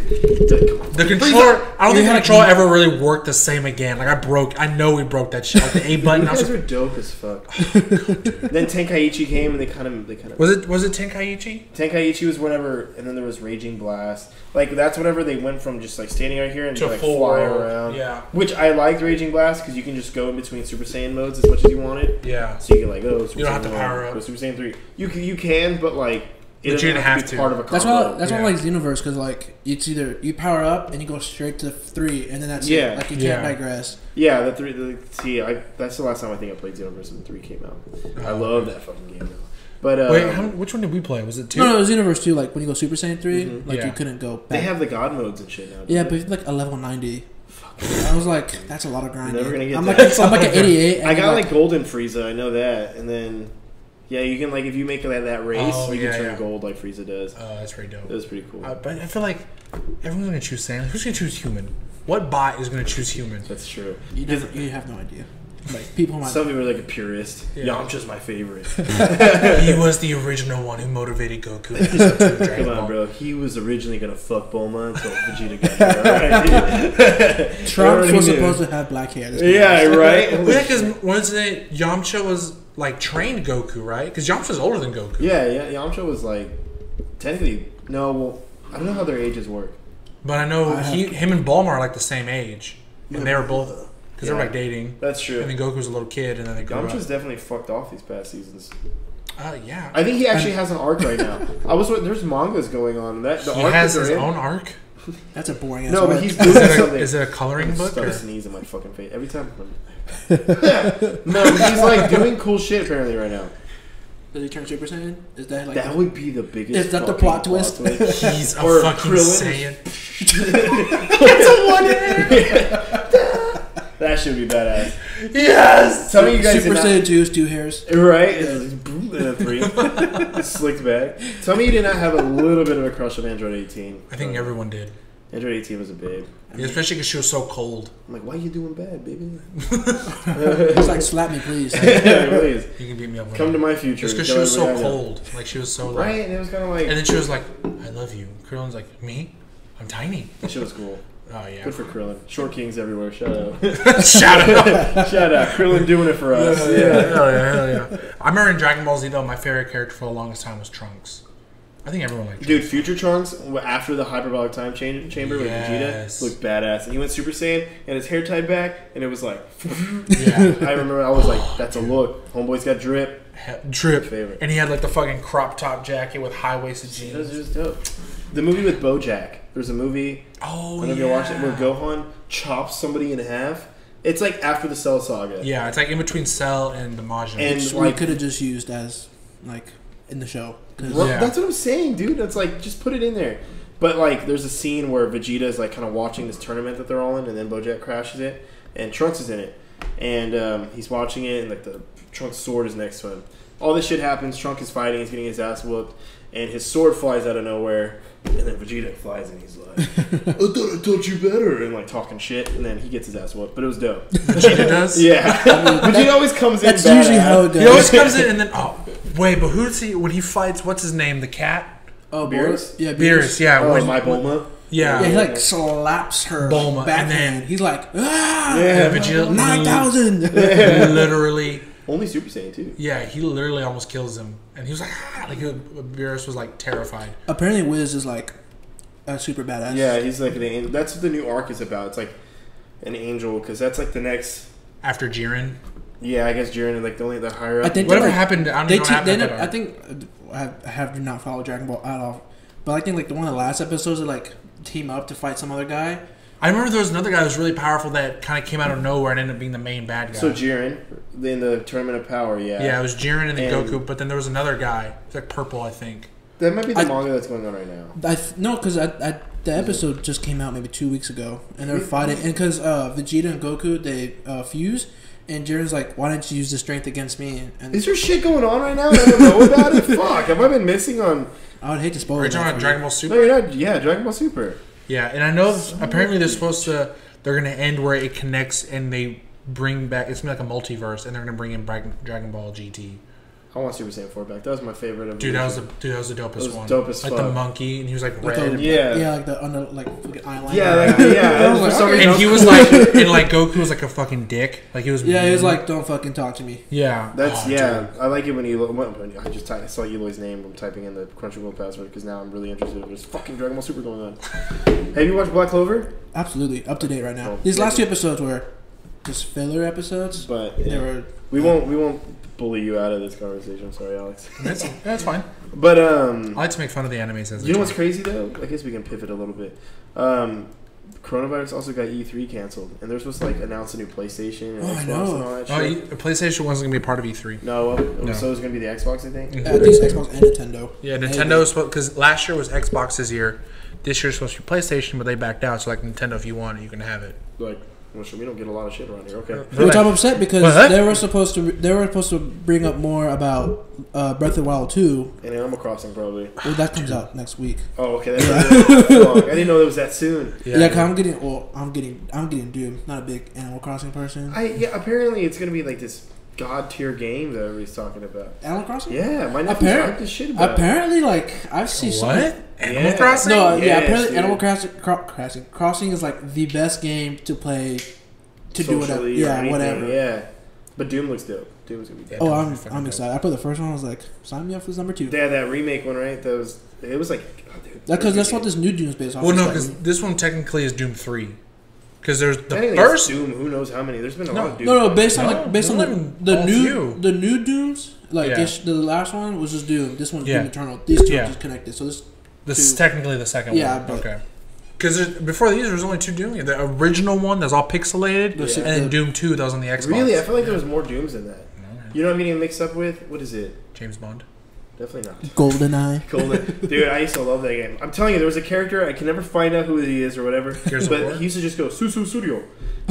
The controller. I
You
don't think the
had-
controller ever really worked the same again. Like I broke. I know we broke that shit. Like the A
You
button. I was
guys
like,
were dope as fuck. then Tenkaichi came and they kind of they kind of
was it was it Tenkaichi?
Tenkaichi was whenever, and then there was Raging Blast. Like that's whenever they went from just like standing right here and
To
like
full
fly
world,
around.
yeah.
Which I liked Raging Blast because you can just go in between Super Saiyan modes as much as you wanted.
Yeah.
So you can like oh Super
You don't
Saiyan
have to
1,
power up.
Go Super Saiyan three. You can, you can, but like it
But
doesn't
you didn't
have,
have
to be
to.
part of a
That's
combo.
why. That's why
Yeah.
I like Xenoverse because like it's either you power up and you go straight to three, and then that's
Yeah.
it. Like you can't
Yeah.
digress.
Yeah, the three. The, see, I, that's the last time I think I played Xenoverse when three came out. I love that fucking game. Now. But uh,
Wait, how, which one did we play? Was it two?
No, no, Xenoverse two. Like when you go Super Saiyan 3 like
Yeah.
you couldn't go back.
Mm-hmm. they have the god modes and shit now.
yeah,
dude.
but it's like a level ninety. I was like, that's a lot of grinding.
Never gonna get
I'm
that.
like, I'm like an eighty eight.
I got like, golden Frieza. I know that, and then yeah, you can like if you make that that race,
Oh,
you
yeah,
can turn
yeah.
gold like Frieza does.
Oh, that's pretty dope.
It was pretty cool.
Uh, but I feel like everyone's gonna choose Saiyan. Who's gonna choose human? What bot is gonna choose human?
that's true.
you, never, you have no idea. Like people might.
Some people are like a purist.
Yeah.
Yamcha's my favorite.
he was the original one who motivated Goku. to start doing Dragon
Come on,
Ball.
bro. He was originally gonna fuck Bulma until Vegeta got there. Alright, dude.
Trunks
Already
was
knew.
supposed to have black hair. This
Yeah, right.
Well, yeah, because wasn't it Yamcha was like trained Goku, right? Because Yamcha's older than Goku.
Yeah, yeah. Yamcha was like technically no. Well, I don't know how their ages work.
But I know
I
he, him and Bulma are like the same age, and they were both because they
Yeah.
were like dating.
That's true.
And then Goku's a little kid, and then they grew
Yamcha's
up.
definitely fucked off these past seasons.
Uh, yeah.
I think he actually has an arc right now. I was there's mangas going on that the
he
arc
has
that
his
they're in-
own arc.
That's a boring.
No, but he's
Is
doing
it a,
something.
is it a coloring book?
Stop
Or?
sneezing my fucking face every time. no, he's like doing cool shit apparently right now.
Does he turn Super Saiyan? Is that like?
That would be the biggest.
Is that the
fucking
plot twist?
twist.
He's a
Or
fucking
Krillin.
Saiyan.
that should be badass.
Yes.
Some of you guys
Super
did
Saiyan two is two hairs.
not, right? It's just boom, and a three slicked back. Tell me you did not have a little bit of a crush on Android 18.
I think everyone did,
Android 18 was a babe.
especially because she was so cold.
I'm like, why you doing bad, baby?
It's like slap me, please.
yeah, please.
You can beat me up.
Come to my future.
Just because
Tell
she was so
everybody I know.
cold, like she was so
Right?
like,
And it was kind of like,
and then she was like, "I love you." Krillin's like, "Me? I'm tiny."
that shit was cool.
Oh yeah.
Good for Krillin. Short Kings everywhere. Shout out.
Shout out.
Shout out. Krillin doing it for us.
Hell Oh, yeah, hell yeah, hell yeah. I remember in Dragon Ball Z though, my favorite character for the longest time was Trunks. I think everyone liked Trunks.
Dude, Future Trunks w- after the hyperbolic time cha- chamber
Yes.
with Vegeta looked badass, and he went Super Saiyan, and his hair tied back, and it was like,
Yeah.
I remember I was like, that's a look. Homeboy's got drip.
He- Drip.
Favorite.
And he had like the fucking crop top jacket with high waisted
That was just
jeans.
dope. The movie with BoJack. There's a movie.
Oh
I don't know
yeah.
if you watched it where Gohan chops somebody in half. It's like after the Cell Saga.
yeah, it's like in between Cell and the Majin.
And
Which we
like,
could have just used as like in the show. 'Cause
Well,
Yeah.
That's what I'm saying, dude. That's like just put it in there. But like, there's a scene where Vegeta is like kind of watching this tournament that they're all in, and then BoJack crashes it, and Trunks is in it, and um, he's watching it, and like the Trunks sword is next to him. All this shit happens. Trunk is fighting. He's getting his ass whooped, and his sword flies out of nowhere, and then Vegeta flies, and he's like, "I thought I told you better," and like talking shit, and then he gets his ass whooped. But it was dope.
Vegeta does.
Yeah, Vegeta always comes in.
That's usually
badass.
how it goes.
He always comes in and then oh wait, but who's he when he fights what's his name? The cat?
oh,
Beerus?
Boris. Yeah,
Beerus, yeah.
Oh,
when-
my Bulma.
yeah.
Yeah, he like slaps her
Bulma, and
backhand.
then-
He's like, ah,
Yeah.
Vegeta
nine thousand.
literally
Only Super Saiyan too.
Yeah, he literally almost kills him. And he was like, ah! like uh, Beerus was like terrified.
Apparently, Wiz is like a super badass.
Yeah, he's like an angel. That's what the new arc is about. It's like an angel because that's like the next.
after Jiren.
Yeah, I guess Jiren is like the only the higher up.
I think-
Whatever
like,
happened, I don't
They,
know
te-
what
they end
happened. to
up-
that
I think uh, I have, I have did not follow Dragon Ball at all, but I think like the one of the last episodes, they like team up to fight some other guy.
I remember there was another guy that was really powerful that kind of came out of nowhere and ended up being the main bad guy.
so Jiren in the tournament of power. Yeah,
yeah, it was Jiren and then
And-
Goku, but then there was another guy, it's like purple, I think.
that might be the
I-
manga that's going on right now.
I th- no, because I, I the episode just came out maybe two weeks ago, and
Mm-hmm.
they're fighting, and because uh, Vegeta and Goku they uh, fuse, and Jiren's like, why didn't you use the strength against me?
Is
And
there shit going on right now? and I don't know about it. Fuck, have I been missing on?
I would hate to spoil
Are you
it.
talking about Dragon Ball
No,
Super?
you're not. Yeah, Dragon Ball Super.
Yeah, and I know apparently they're supposed to, they're going to end where it connects and they bring back, it's gonna be like a multiverse, and they're going to bring in Bra- Dragon Ball GT.
I want Super Saiyan four back. That was my favorite. Of
Dude, that was the, dude, that was the dopest
was
one.
dope as
like the
fuck.
monkey, and he was like
Like the-
red.
Yeah.
yeah, like the under like fucking eyeliner.
yeah, like, yeah.
was
for
like,
some
okay.
reason,
and he was like, and like Goku was like a fucking dick. Like he was.
yeah, he was
mean.
like, don't fucking talk to me.
Yeah.
That's
Oh,
yeah.
dude.
I like it when Eloy. When, when I just ty- I saw Eloy's name. I'm typing in the Crunchyroll password because now I'm really interested. There's fucking Dragon Ball Super going on. Have you watched Black Clover?
Absolutely up to date right now.
Oh,
These
yeah.
last two episodes were just filler episodes.
But
They
yeah.
were
we won't we won't bully you out of this conversation. Sorry, Alex.
That's, that's fine.
But
I
um,
like to make fun of the animes as
you know
they
what's
talk.
crazy though? I guess we can pivot a little bit. Um, coronavirus also got E3 canceled, and they're supposed to like announce a new PlayStation and
Oh, I
Xbox
know.
and all that
Oh,
shit.
you- PlayStation wasn't gonna be part of E E3.
no, well,
No.
so it's gonna be the Xbox, I think.
at least Xbox and Nintendo.
Yeah,
Maybe.
Nintendo's because last year was Xbox's year. This year's supposed to be PlayStation, but they backed out. So like Nintendo, if you want, it, you can have it.
Like, well, sure, we don't get a lot of shit around here. Okay.
Which I'm upset because
What?
they were supposed to they were supposed to bring up more about uh, Breath of the Wild 2.
And Animal Crossing probably.
Well, that comes out next week.
Oh, okay. That's Fuck, I didn't know that was that soon.
Yeah, 'cause I'm getting well, I'm getting I'm getting Doom. Not a big Animal Crossing person.
I yeah. Apparently, it's gonna be like this god tier game that everybody's talking about.
Animal Crossing?
Yeah, my nephew's
Apparent-
hyped as shit about. it.
Apparently, like I've seen some-
what? Animal
Yeah.
Crossing?
No, yeah.
Yes,
apparently,
dude.
Animal Crossing, Cro- Crossing Crossing is like the best game to play to do whatever.
Socially or
Yeah,
anything,
whatever.
Yeah, but Doom looks dope. Doom is gonna be dope.
Oh, I'm I'm excited. I played the first one. I was like, sign me up for this number two.
They had that remake one, right? That was it was like. Oh, dude,
That's because that's what this new Doom is based off.
Well,
It's
no,
like-
because this one technically is Doom Three. Because there's
I
the
think it's
first.
Doom. Who knows how many? There's been a
No,
lot of Doom.
no, no, based on
No,
like based on
Doom
the, the
all
new
few.
the new Dooms Like
Yeah.
it's, the last one was just Doom. This one's
Yeah.
Doom Eternal. These two
Yeah.
are just connected. So this
This is
Two.
technically the second
Yeah,
one.
but-
okay. Because before these, there was only two Doom games. The original one that's all pixelated,
The si-
and then
the-
Doom 2 that was on the Xbox.
Really, I feel like there was more Dooms than that. You know what I'm getting mixed up with? What is it?
James Bond.
Definitely not.
Golden Eye.
Golden. Dude, I used to love that game. I'm telling you, there was a character I can never find out who he is or whatever,
of War?
but he used to just go Susu Studio,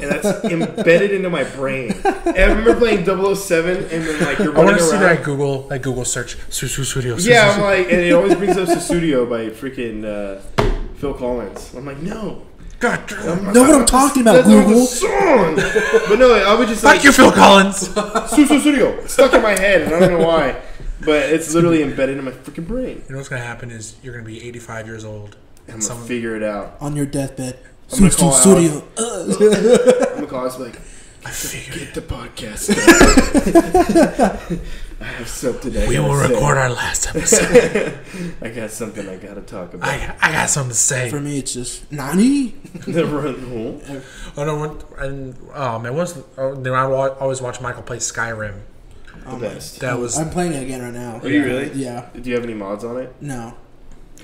and that's embedded into my brain. And I remember playing 007, and then like you're running
I want to see
around.
that Google that Google search. Susu Studio. Su-
Yeah, I'm
Su-
like, and it always brings up Susudio by freaking uh, Phil Collins. I'm like, no,
God damn.
Know what I'm talking about,
that's not the
Google.
song. But no, I would just like
Fuck you, Phil Collins. you know
Susu Studio stuck in my head, and I don't know why, but it's literally embedded in my freaking brain.
what's gonna happen is you're gonna be 85 years old.
I'm
And
gonna
someone,
figure it out.
On your deathbed.
I'm gonna
Susu
call
Studio.
I'm gonna call us like.
I figured it.
the podcast. started. I have something. I
We
gotta
will
say.
record our last episode.
I got something I gotta talk about.
I, I got something to say.
For me, it's just Nani.
the run. huh?
Oh no! One, and oh man, once oh, then I wa- always watch Michael play Skyrim.
The best.
That was
I'm playing it again right now.
Are you really?
Yeah.
Do you have any mods on it?
No.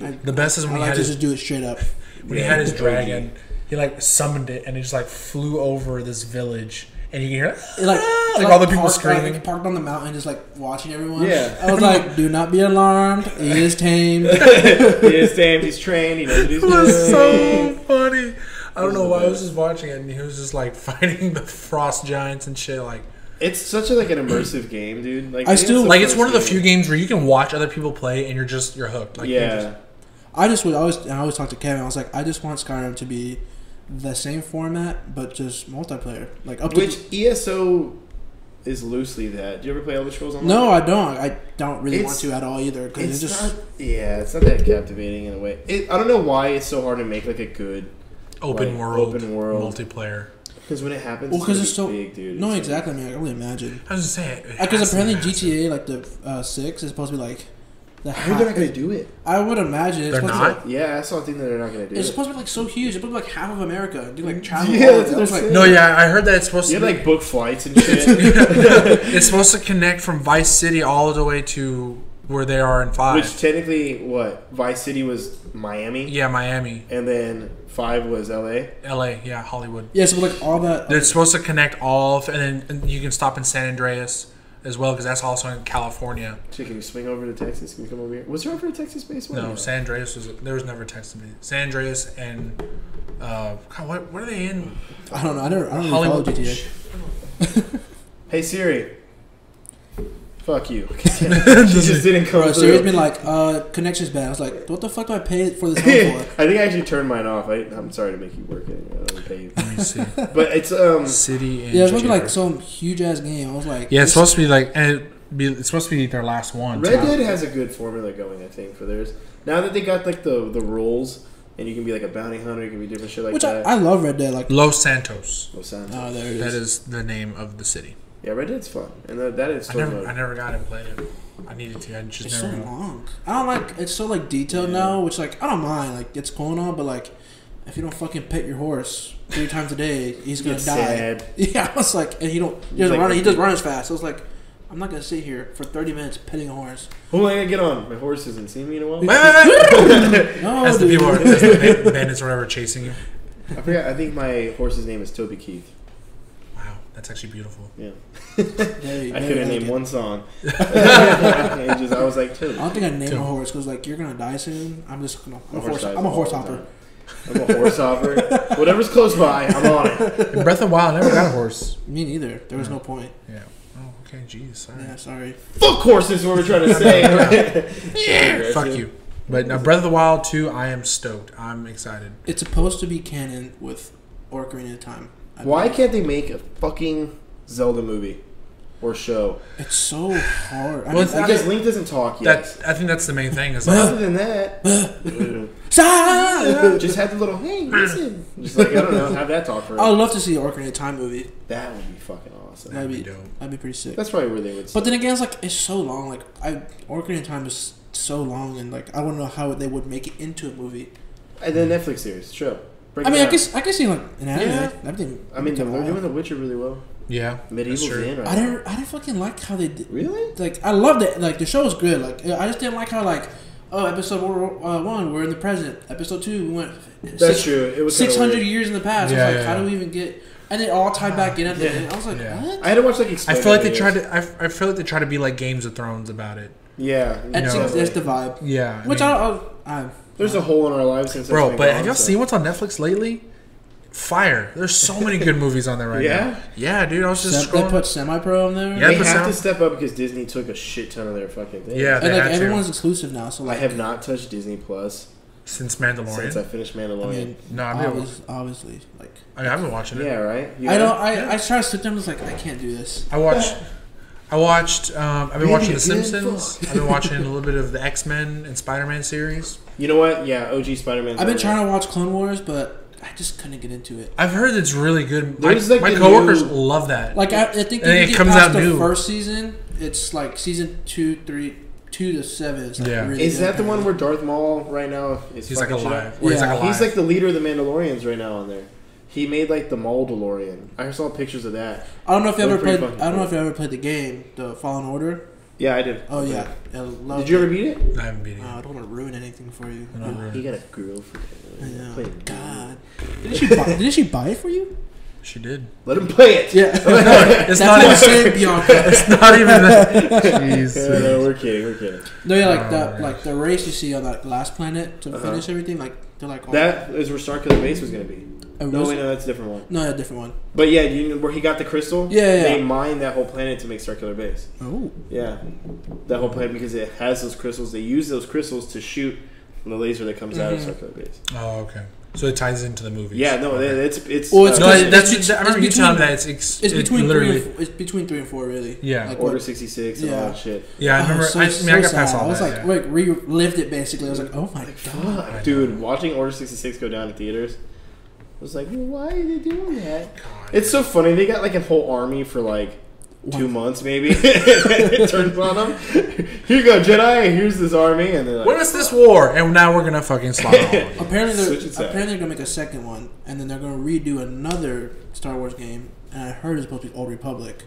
I,
the best is
I
when he
like
had
to
his
just do it straight up.
when he had his dragon. He like summoned it and it just like flew over this village and you can hear
It, like,
"Ah,"
it,
like all the people
parked,
screaming.
Like, parked on the mountain, just like watching everyone.
Yeah.
I was like, do not be alarmed. It is tame.
He is damned. He's trained. He knows what he's
It was
doing.
so funny. I don't know
the
why I was
best.
just watching it and he was just like fighting the frost giants and shit. Like
It's such a, like an immersive game, dude. Like
I
maybe
still-
the
like it's
first
one of the
game.
few games where you can watch other people play and you're just you're hooked. Like you're
Yeah,
just-
I just would always, and I always talk to Kevin. I was like, I just want Skyrim to be the same format, but just multiplayer. Like up to
which ESO is loosely that. Do you ever play Elder Scrolls Online?
no, I don't. I don't really want
It's-
to at all either because
It's
it just
not. Yeah, it's not that captivating in a way. It, I don't know why it's so hard to make like a good
open
Like,
world,
open world.
multiplayer.
because when it happens,
well because
gonna
it's
be
so
big, dude.
no
It's like-
exactly. I mean, I can only imagine
I was just saying it has
because
to be
Uh, apparently
massive.
GTA like the uh, six is supposed to be like the.
How are they not
Half,
gonna do it?
I would imagine it's
They're
supposed To
not?
be like,
Yeah, I saw a thing that they're not gonna do.
it's
it.
supposed to be like so huge. It's supposed to be like half of America. Do like travel.
Yeah,
all
that's what
over.
I'm
Like,
saying.
No, yeah, I heard that it's supposed
You
to
have
be
like book flights and shit,
It's supposed to connect from Vice City all the way to where they are in five.
which technically, what Vice City was Miami,
yeah, Miami,
and then Five was L.A.
L.A., yeah, Hollywood.
yeah, so like all that.
They're supposed to connect all, of, and then and you can stop in San Andreas as well because that's also in California.
Shit, can you swing over to Texas? Can you come over here? Was there ever a Texas-based one?
No, San Andreas was there was never Texas. San Andreas and uh, God, what what are they in?
I don't know. I never. I don't really follow
Hollywood.
GTA.
Hey Siri, fuck you. she just didn't come
Bro,
through.
Siri's been like, uh, connection's bad. I was like, what the fuck do I pay for this
I
phone for?
think I actually turned mine off. I, I'm sorry to make you work it. I don't pay you.
Let me see.
But it's um.
City and
Yeah, it's supposed to be like
so.
some huge ass game. I was like,
Yeah,
this-
it's supposed to be like and it be, it's supposed to be their last one.
Red
too.
Dead has a good formula going, I think, for theirs. Now that they got like the the rules, and you can be like a bounty hunter, you can be different shit like
which I,
that.
I love Red Dead. Like,
Los Santos.
Los Santos.
oh, there it is.
That is the name of the city.
yeah, Red Dead's fun, and that, that is
I
story
never, I
mode.
never got it and played it. I needed to. I just
It's so
never.
long. I don't like. It's so like detailed now, which like I don't mind. Like it's going on, but like if you don't fucking pet your horse three times a day, he's gonna die.
Get sad.
Yeah, I was like, and he don't. He doesn't
like-
run. He doesn't run as fast. I was like, I'm not gonna sit here for 30 minutes petting a horse.
Who am I gonna get on? My horse hasn't seen me in a while.
Wait, wait, wait.
No,
As the
dude.
people are, as the ba- bandits are ever chasing you.
I forgot. I think my horse's name is Toby Keith.
Wow, that's actually beautiful.
Yeah,
Hey,
I
hey,
couldn't
like
name
it.
one song. And just- I was like
I
Toby.
don't think I named
Two.
a horse because like you're gonna die soon. I'm just gonna. I'm a
My
horse.
dies
I'm a
all
horse
the
hopper.
time. I'm a horse hopper. Whatever's close by, I'm on it.
In Breath of the Wild, I never got a horse.
Me neither. There was no point.
Yeah. Oh, okay. Jeez. Sorry.
Yeah, sorry.
Fuck horses. is What we're trying to say. yeah.
Fuck you. But now, Breath of the Wild 2, I am stoked. I'm excited.
It's supposed to be canon with Ocarina of Time. I
Why
believe.
can't they make a fucking Zelda movie or show?
It's so hard. I
Well,
mean,
it's
I
not
guess-
Because Link doesn't talk yet.
That's. I think that's the main thing. Is
But
like,
other than that,
Silence.
just have the little hey, listen. Just like I don't know, have that talk for
I
it.
would love to see an Ocarina of Time movie.
That would be fucking awesome.
That'd be
Oh. That'd be dope.
that'd be pretty sick.
That's probably where they would.
But then again, it's like it's so long. Like I Ocarina of Time is so long, and like I don't know how they would make it into a movie.
and then Netflix series, sure. Break
I
it
mean, I
down.
guess I guess see like an anime.
Yeah.
Everything.
I mean, they're
everything-
doing The Witcher really well.
Yeah,
Medieval's
that's true.
in right
I didn't. I didn't fucking like how they did.
Really?
Like I loved it. Like the show was good. Like I just didn't like how like oh episode one- uh, one we're in the present. Episode two we went.
That's true. It was kinda
six hundred
weird.
years in the past.
Yeah,
I was
yeah,
like, how
yeah.
do we even get? And it all tied back in at the
Yeah.
end. I was like,
Yeah.
what?
I had to watch like.
I
explainer
feel like they
videos.
tried to. I, I feel like they tried to be like Games of Thrones about it.
Yeah.
That's,
No.
exactly.
that's the vibe.
Yeah,
Which
mean-
I, I, I
There's a hole in our lives since. that's
bro.
been
But
gone,
have y'all
so-
seen what's on Netflix lately? Fire. There's so many good movies on there right
Yeah?
now. Yeah, dude. I was just
sem- they
scrolling.
put semi pro on there.
Yeah.
They have
episode?
to step up because Disney took a shit ton of their fucking things.
yeah, they
And like
had
everyone's
to
exclusive now, so
I
like
have not touched Disney Plus since
since Mandalorian.
I finished Mandalorian.
I mean,
No, I mean-
obvious, obviously, like
I mean, I've been watching it.
yeah, right. You
I
know?
don't. I, I try to sit down. I was like, I can't do this.
I watched. I watched. Um, I've been
Really
watching The
again?
Simpsons.
Fuck.
I've been watching a little bit of the X Men and Spider Man series.
You know what? Yeah, OG Spider-Man.
I've been trying to watch Clone Wars, but I just couldn't get into it.
I've heard it's really good. My,
There's, like,
my
the
coworkers
new-
love that.
Like I, I think
And
if
it
you get
comes
past
out
the
new.
first season, it's like season two, three, two to seven. It's like
Yeah.
really
Is
good.
that the one where Darth Maul right now is?
he's like
fucking shit up?
alive. Or he's like
Yeah.
alive.
He's like the leader of the Mandalorians right now on there. He made like the Maul DeLorean. I saw pictures of that.
I don't know if you
They're
ever
pretty
played.
fucking
I don't know
cool.
if you ever played the game, the Fallen Order.
Yeah, I did.
Oh yeah, I love
Did you ever
it.
beat it?
I haven't beat it.
Uh, I don't want to ruin anything for you.
He got a girl.
I know.
Play it.
God, didn't she buy, didn't she buy it for you?
she did.
Let him play it.
Yeah, that's
It's not
what I'm
even.
saying, Bianca.
It's not even. That.
Yeah,
Jeez.
no, we're kidding. We're kidding.
No, yeah, like
Oh, Uh-huh.
the like the race you see on that last planet to finish everything. Like they're like all-
That is where Starkiller Base was gonna be.
Oh,
No,
was
wait,
it?
no, that's a different one.
No, a different one.
But yeah, you know where he got the crystal?
Yeah, yeah,
They
yeah.
mined that whole planet to make Circular Base.
Oh,
Yeah, that whole planet because it has those crystals. They use those crystals to shoot the laser that comes out of Circular Base.
Oh, okay. So it ties into the movies.
Yeah, no,
Okay.
it's it's. uh,
Well, it's
No,
It's-
it- that's
it's-
I remember you
it's
telling
between-
that it's ex-
it's
it
between
literally.
three. And, f- it's between three and four, really.
Yeah.
Like,
Order
what-
sixty six and all
Yeah.
that shit.
Yeah, I
Oh,
remember.
so-
I, I mean, I
so
got past
sad.
all
I was
that.
like,
yeah.
like relived it basically. I was like, oh my god.
Fuck, dude, watching Order sixty six go down in theaters was like, why are they doing that? It's so funny. They got like a whole army for like two
One-
months, maybe. it turns on them. Here you go, Jedi. Here's this army, and they're like,
When is this war? And now we're gonna fucking slaughter all of you.
Apparently, they're,
Switch it out.
apparently they're gonna make a second one, and then they're gonna redo another Star Wars game. And I heard it's supposed to be Old Republic,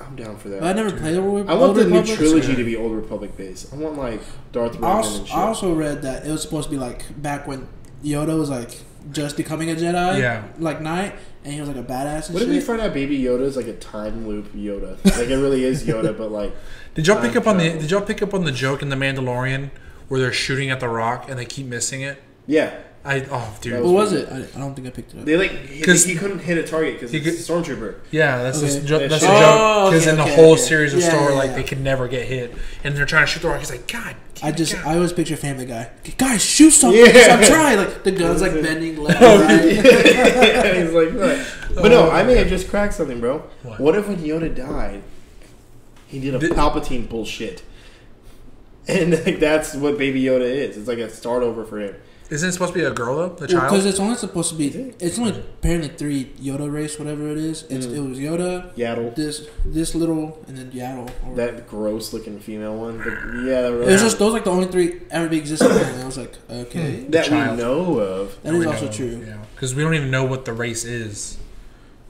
I'm down for
but I
that.
never played Old, Re-
I want
Old
the new
Republic.
trilogy to be Old Republic based. I want like Darth
I
Vader
also,
and shit.
I also read that it was supposed to be like back when Yoda was like just becoming a Jedi,
Yeah.
like Knight, and he was like a badass. And
What if
shit.
we find out Baby Yoda is like a time loop Yoda? Like it really is Yoda, but like
Did y'all pick
Time
up on the?
travel.
Did y'all pick up on the joke in the Mandalorian where they're shooting at the rock and they keep missing it?
yeah,
I oh dude.
What was it? I, I don't think I picked it up.
they like he,
'Cause-
he couldn't hit a target because
He
he's a stormtrooper.
Yeah, that's
Okay.
a, jo- that's a
Yeah,
sure.
joke. Because
Oh,
in the
okay,
whole
okay.
series of
Yeah,
Star Wars,
yeah,
like
yeah.
they could never get hit, and they're trying to shoot the rock. He's like, God, damn
I
it,
just
God."
I always picture Family Guy. Guys, shoot something!
Yeah.
Stop trying. Like the gun's like bending left.
Oh,
and right.
yeah, he's like, what? but no, I may have just cracked something, bro.
What?
What, if when Yoda died, he did a
Did-
Palpatine bullshit, and like that's what Baby Yoda is. It's like a start over for him.
Isn't it supposed to be a girl though? The child.
Because it's only supposed to be. It's only apparently three Yoda race, whatever it is. It's,
Mm.
It was Yoda,
Yaddle,
this this little, and then Yaddle. Or,
that gross looking female one. But yeah, Hmm. that,
it was just those like the only three ever be existing. and I was like, okay,
that
child.
we know of.
that is
Hmm. We
also
know,
true.
Yeah, because we don't even know what the race is.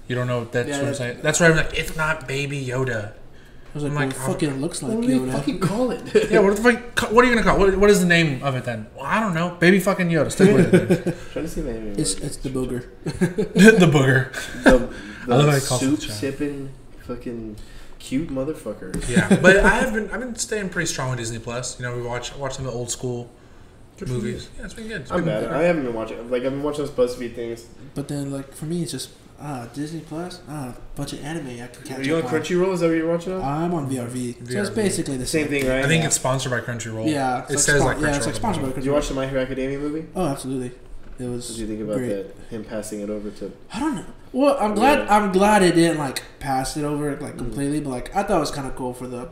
You don't know. That's
Yeah,
what I'm
that's-
saying. That's why I'm like, it's not Baby Yoda.
I was like,
I'm
well,
like,
it
I'm-
fucking looks like
What do they
Yoda.
fucking call it?
Yeah, what the fuck? What are you gonna call? What, what is the name of it then? Well, I don't know. Baby fucking Yoda. Stick with it. then.
trying to see the name.
It's it's the booger.
the booger.
the, the
I love how he calls it
soup
child.
sipping fucking cute motherfucker.
Yeah, but I have been. I've been staying pretty strong with Disney Plus. You know, we watch watch some of the old school movies. Yeah, it's been good. It's
I'm
been
bad. I haven't been watching. Like I've been watching those BuzzFeed things.
But then like for me, it's just ah Disney Plus, ah bunch of anime I can catch
Are you on
up on.
Crunchyroll? Is that what you're watching? On?
I'm on VRV, so it's
VRV.
basically the
Same
same.
thing, right?
I think
Yeah.
it's sponsored by Crunchyroll.
Yeah,
it says
spon-
like Crunchyroll.
yeah, it's like sponsored by
Did you watch the My Hero Academia movie?
Oh, absolutely. It was.
What did you think about
great.
that? Him passing it over to
I don't know. Well, I'm glad.
Yeah.
I'm glad it didn't like pass it over like completely, but like I thought it was kind of cool for the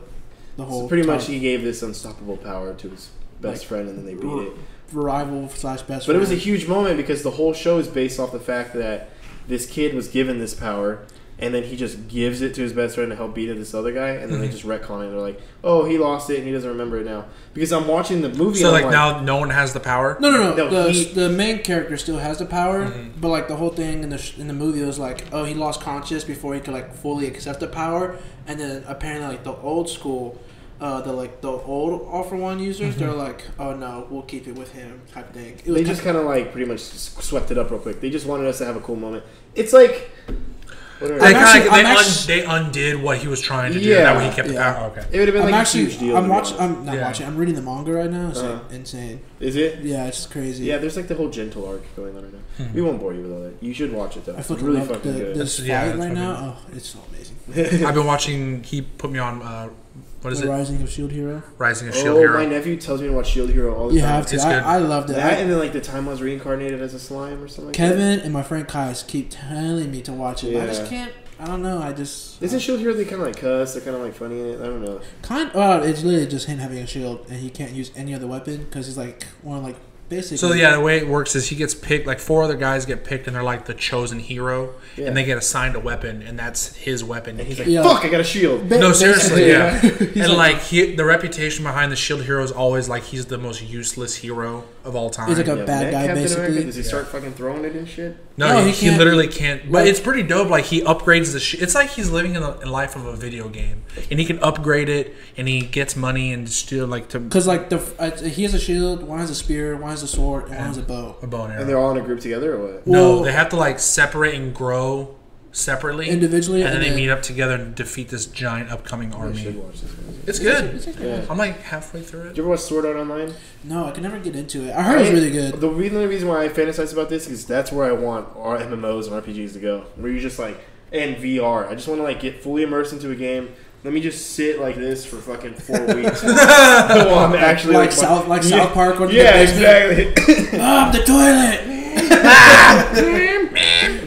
the whole.
so pretty much
time.
he gave this unstoppable power to his best
Like-
friend, and then they beat it.
rival slash best.
But it was a
friend.
huge moment because the whole show is based off the fact that this kid was given this power, and then he just gives it to his best friend to help beat it this other guy, and then
Mm-hmm.
they just retcon it. They're like, "Oh, he lost it, and he doesn't remember it now." Because I'm watching the movie.
So
and
like
I'm
now, no one has the power.
No, no, no.
No,
the,
he- Mm-hmm.
the main character still has the power, but like the whole thing in the sh- in the movie was like, oh, he lost conscious before he could like fully accept the power, and then apparently like the old school, uh, the like the old All for One users, they're like, oh no, we'll keep it with him type thing. It was
Mm-hmm. they just kind of like pretty much s- swept it up real quick. They just wanted us to have a cool moment. It's like, what are-
They,
I'm
kinda-
actually-
they,
I'm
un-
actu-
they undid what he was trying to do.
Yeah.
That way he kept
Yeah.
the power. Oh, Okay.
it would have been
I'm
like
actually,
a huge deal. to
I'm
be
watching.
honest.
I'm not
Yeah.
watching. I'm reading the manga right now. It's
Uh-huh.
like insane.
Is it?
Yeah, it's crazy.
Yeah, there's like the whole gentle arc going on right now.
Hmm.
We won't bore you with all that. You should watch it though.
I
It's
fucking
really
love
fucking
the,
good.
this
That's- yeah,
fight
that's
right
fucking
now. Oh, it's so amazing.
I've been watching. He put me on. Uh, what is
the
it?
Rising of Shield Hero.
Rising of Shield
oh,
Hero.
my nephew tells me to watch Shield Hero all the
You
time.
have to.
It's good.
I, I loved it. I-
That and then like the time I was reincarnated as a slime or something. Like That.
Kevin and my friend Kais keep telling me to watch it. but I just
Yeah.
can't. I don't know. I just
Isn't Shield Hero they kind of like cuss? They're kind of like funny in it. I don't know.
kind. Oh, it's literally just him having a shield, and he can't use any other weapon because he's like one of like basically.
So yeah, the way it works is he gets picked. Like four other guys get picked, and they're like the chosen hero,
Yeah.
and they get assigned a weapon, and that's his weapon.
And he's like,
Yeah.
"Fuck, I E got a shield."
Ba-
no,
basically,
seriously, yeah.
He's
and
like,
like, he, the reputation behind the shield hero is always like he's the most useless hero of all time.
he's like a
Yeah,
bad
that
guy
Captain America,
basically.
Does he start fucking throwing it and shit?
no,
No, he
he, he
can't-
literally can't. But
like-
it's pretty dope. Like he upgrades the. Sh- it's like he's living in the life of a video game, and he can upgrade it, and he gets money and still like to
Because like the f- uh, he has a shield, one has a spear, one has a sword, and one has a bow.
a bow and arrow.
And they're all in a group together or what?
No,
Well-
they have to like separate and grow separately
Individually,
and then
and
they
then-
meet up together and defeat this giant upcoming
I should
army.
watch this. One.
It's good.
Yeah.
I'm like halfway through
Did
it.
you ever watch Sword Art Online?
No, I can never get into it. I heard it's
I-
really good.
The re- the only reason why I fantasize about this is that's where I want our MMOs and RPGs to go, where you just like and VR. I just want to like get fully immersed into a game. Let me just sit like this for fucking four weeks. While I'm actually
Like
fuck-
South- like
yeah,
South Park when you
yeah,
get basement.
exactly.
Mom, Ah, the toilet.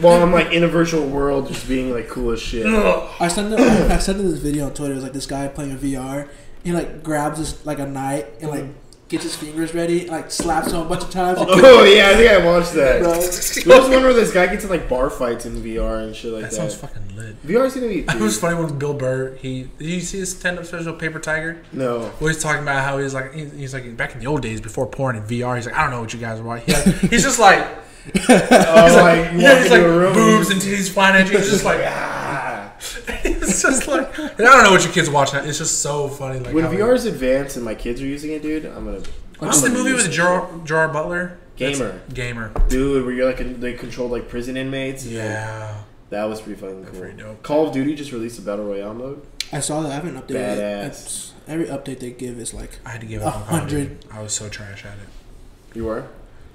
While I'm like in a virtual world, just being like cool as shit.
Mm.
I sent them, I sent them this video on Twitter. It was like this guy playing a VR. He like grabs this like a knife and like
Mm.
gets his fingers ready, like slaps him a bunch of times.
Oh yeah, I think I watched that.
Bro.
There's one where this guy gets in like bar fights in VR and shit like that.
That sounds fucking lit.
VR's gonna be.
It was funny when Bill Burr, he did you see his stand-up special Paper Tiger?
No.
Where he's talking about how he's like he's, he's like back in the old days before porn and VR, he's like, I don't know what you guys are watching. He's, like- he's just like
Oh,
he's
like,
like, yeah, he's
walk
like
into a room
boobs and titties flying at you. He's just like
Ah.
it's just like and I don't know what your kids watching. It's just so funny like
When
how-
VR is advanced and my kids are using it, dude, I'm gonna.
What's
I'm
the
gonna
movie
use
with
it.
Gerard, Gerard Butler? That's-
Gamer.
gamer.
Dude, where you're like in- they controlled like prison inmates.
Yeah.
That was pretty fucking cool.
pretty dope.
Call of Duty just released a battle royale mode.
I saw that. I haven't updated it.
Badass.
It's- Every update they give is like,
I had to give
A
up on Call of Duty.
hundred.
I was so trash at it.
You were.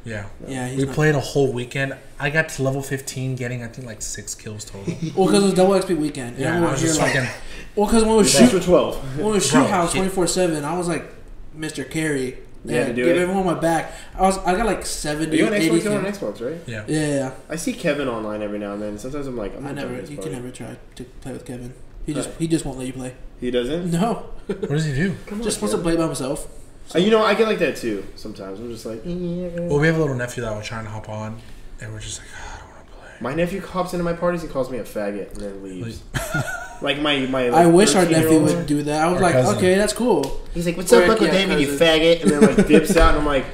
Yeah.
yeah, he's
We
not-
played a whole weekend. I got to level 15, getting I think like six kills total.
Well, because it was double XP weekend. And
Yeah, I
everyone
was
here,
just
like,
fucking.
well, because when we was
Extra
shoot,
twelve.
when we was
Bro,
shoot house
he-
twenty four seven, I was like, Mr. Carey.
You had
Yeah,
to do
give
it?
everyone my back. I was, I got like
Are
70,
you on
80
Xbox? You're on
thing.
Xbox, right?
Yeah.
Yeah, yeah, yeah.
I see Kevin online every now and then. Sometimes I'm like, I'm
I
not
never,
jumping this
you can
party.
never try to play with Kevin. He
Huh.
just, he just won't let you play.
He doesn't.
No,
What does he do?
just wants to play by himself.
Uh, you know, I get like that too. Sometimes I'm just like, "Eh."
Well, we have a little nephew that was trying to hop on, and we're just like, "Ah, I don't want to play.
my nephew hops into my parties and calls me a faggot and then leaves. like my my.
I
like,
wish our
13-year-old.
nephew would do that. I was
Our
like,
cousin.
okay, that's cool.
He's like, "What's
Or,
up, Uncle
yeah,
David? You
cousin.
faggot!" And then like dips out, and I'm like,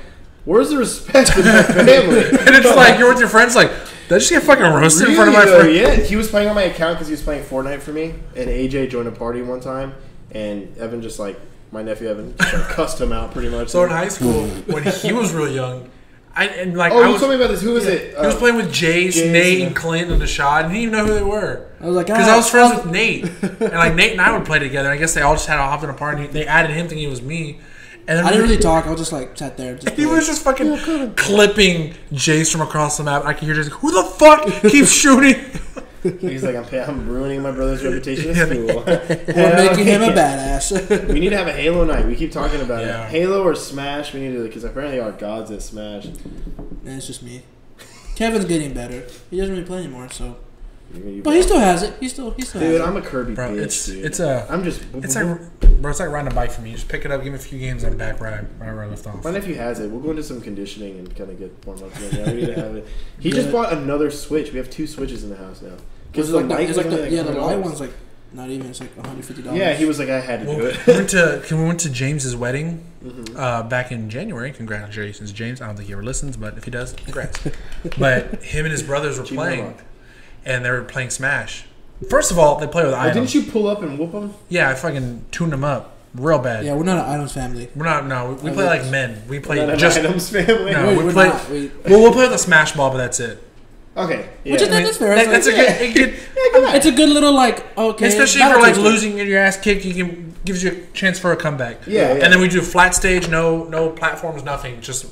"Where's the respect for my family?"
And it's like you're with your friends, like, did I just get fucking roasted in front of my
Really, though,
friend?
Yeah, he was playing on my account because he was playing Fortnite for me, and AJ joined a party one time, and Evan just like my nephew Evan just, like, cussed him out pretty much.
So in high school, when he was real young, I and like
oh,
I
you
was,
told me about this. Who was it?
he was
Uh,
playing with Jay,
Jay,
Nate,
yeah.
and Clint and Ashad, and he didn't even know who they were.
I was like,
Because
ah,
I was friends with Nate, and like Nate and I would play together. I guess they all just had to hop in a party. They added him thinking it was me, and then
I didn't really talk. I was just like sat there. and Just
He
played.
was just fucking clipping Jace from across the map. I could hear Jace, who the fuck keeps shooting?
He's like, "I'm, I'm ruining my brother's reputation at
Yeah.
school.
We're
Hell
making him a
yeah.
badass.
We need to have a Halo night. We keep talking about
Yeah.
it. Halo or Smash? We need to because apparently our gods at Smash.
and it's just me. Kevin's getting better. He doesn't really play anymore, so.
You- you-
But he still has it. He still, he still
dude,
has
I'm a Kirby
Bro,
bitch.
it's-
dude.
it's a-
I'm just.
It's like, bro, it's like riding a bike for me. You just pick it up, give me a few games, and back right wherever I left off.
My nephew has it. We'll go into some conditioning and kind of get warm up. Yeah, we need to have it. He just bought another Switch. We have two Switches in the house now. Because
Was it
the
like the,
light
it's like
was
the,
only,
yeah, the light
$100.
one's like not even. It's like one hundred fifty dollars.
Yeah, he was like, I had to
Well,
do
we
it. Mm-hmm.
went to we went to James's wedding uh, back in January. Congratulations, James. I don't think he ever listens, but if he does, congrats. but him and his brothers were playing,
Mark.
and they were playing Smash. First of all, they play with
Why
items.
Oh, didn't you pull up and whoop him?
Yeah, I fucking tuned them up real bad.
Yeah, we're not an Adams family.
We're not. No, we, we play like men. We
Oh, Not
play
an
just.
Adams family.
No,
Wait,
we
we're
play.
not, we-
Well, we'll play with a smash ball, but that's it.
Okay. Yeah.
Which is
I
not
mean,
that's fair.
that-
It's
that's a
like,
good. It, could-
It's a good little like okay.
Especially if
battle
you're like
toaster.
losing and your ass kicked, you can gives you a chance for a comeback.
Yeah, yeah.
And then we do flat stage, no no platforms, nothing, just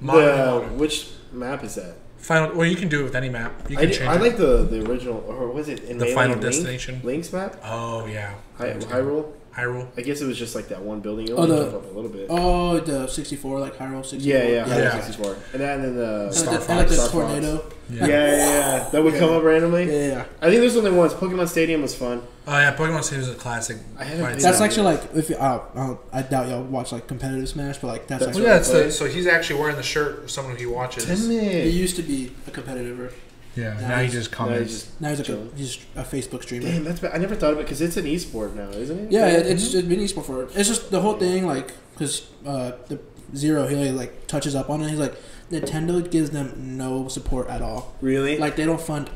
mono.
the, which map is that?
Final. Well, you can do it with any map. You
I,
can
d-
change.
I
it.
like the, the original, or was it in
The
Melee
Final
Link?
Destination.
Link's map?
oh yeah.
Hy- Hyrule?
Hyrule.
I guess it was just like that one building. It
Oh,
only
the-
jumped up a little bit.
Oh, the sixty four like Hyrule sixty four.
yeah, yeah, Hyrule
Yeah.
64. And then, and then the.
And
Star
like the- and like the
Fox.
tornado.
Yeah, yeah, yeah. That would come up randomly.
Yeah, yeah, yeah.
I think there's only once. Pokemon Stadium was fun.
Oh yeah. Pokemon Stadium is a classic.
I haven't
by
played
itself.
That's actually like if you, I, I, don't, I doubt y'all watch like competitive Smash, but like that's,
That's
Well,
actually
yeah, it's
Play.
the, so he's actually wearing the shirt of someone he watches.
it
minutes.
used to be a competitor.
Yeah,
Now
now he
he's-
just
No, you
comments.
just,
Now he's like a,
Chilling.
he's a Facebook streamer.
damn, that's bad. I never thought of it because it's an esport now, isn't it?
Yeah, it,
Mm-hmm.
it's it's been esport for it's just the whole thing like because uh, the zero he like, like touches up on it. He's like Nintendo gives them no support at all.
Really?
Like they don't fund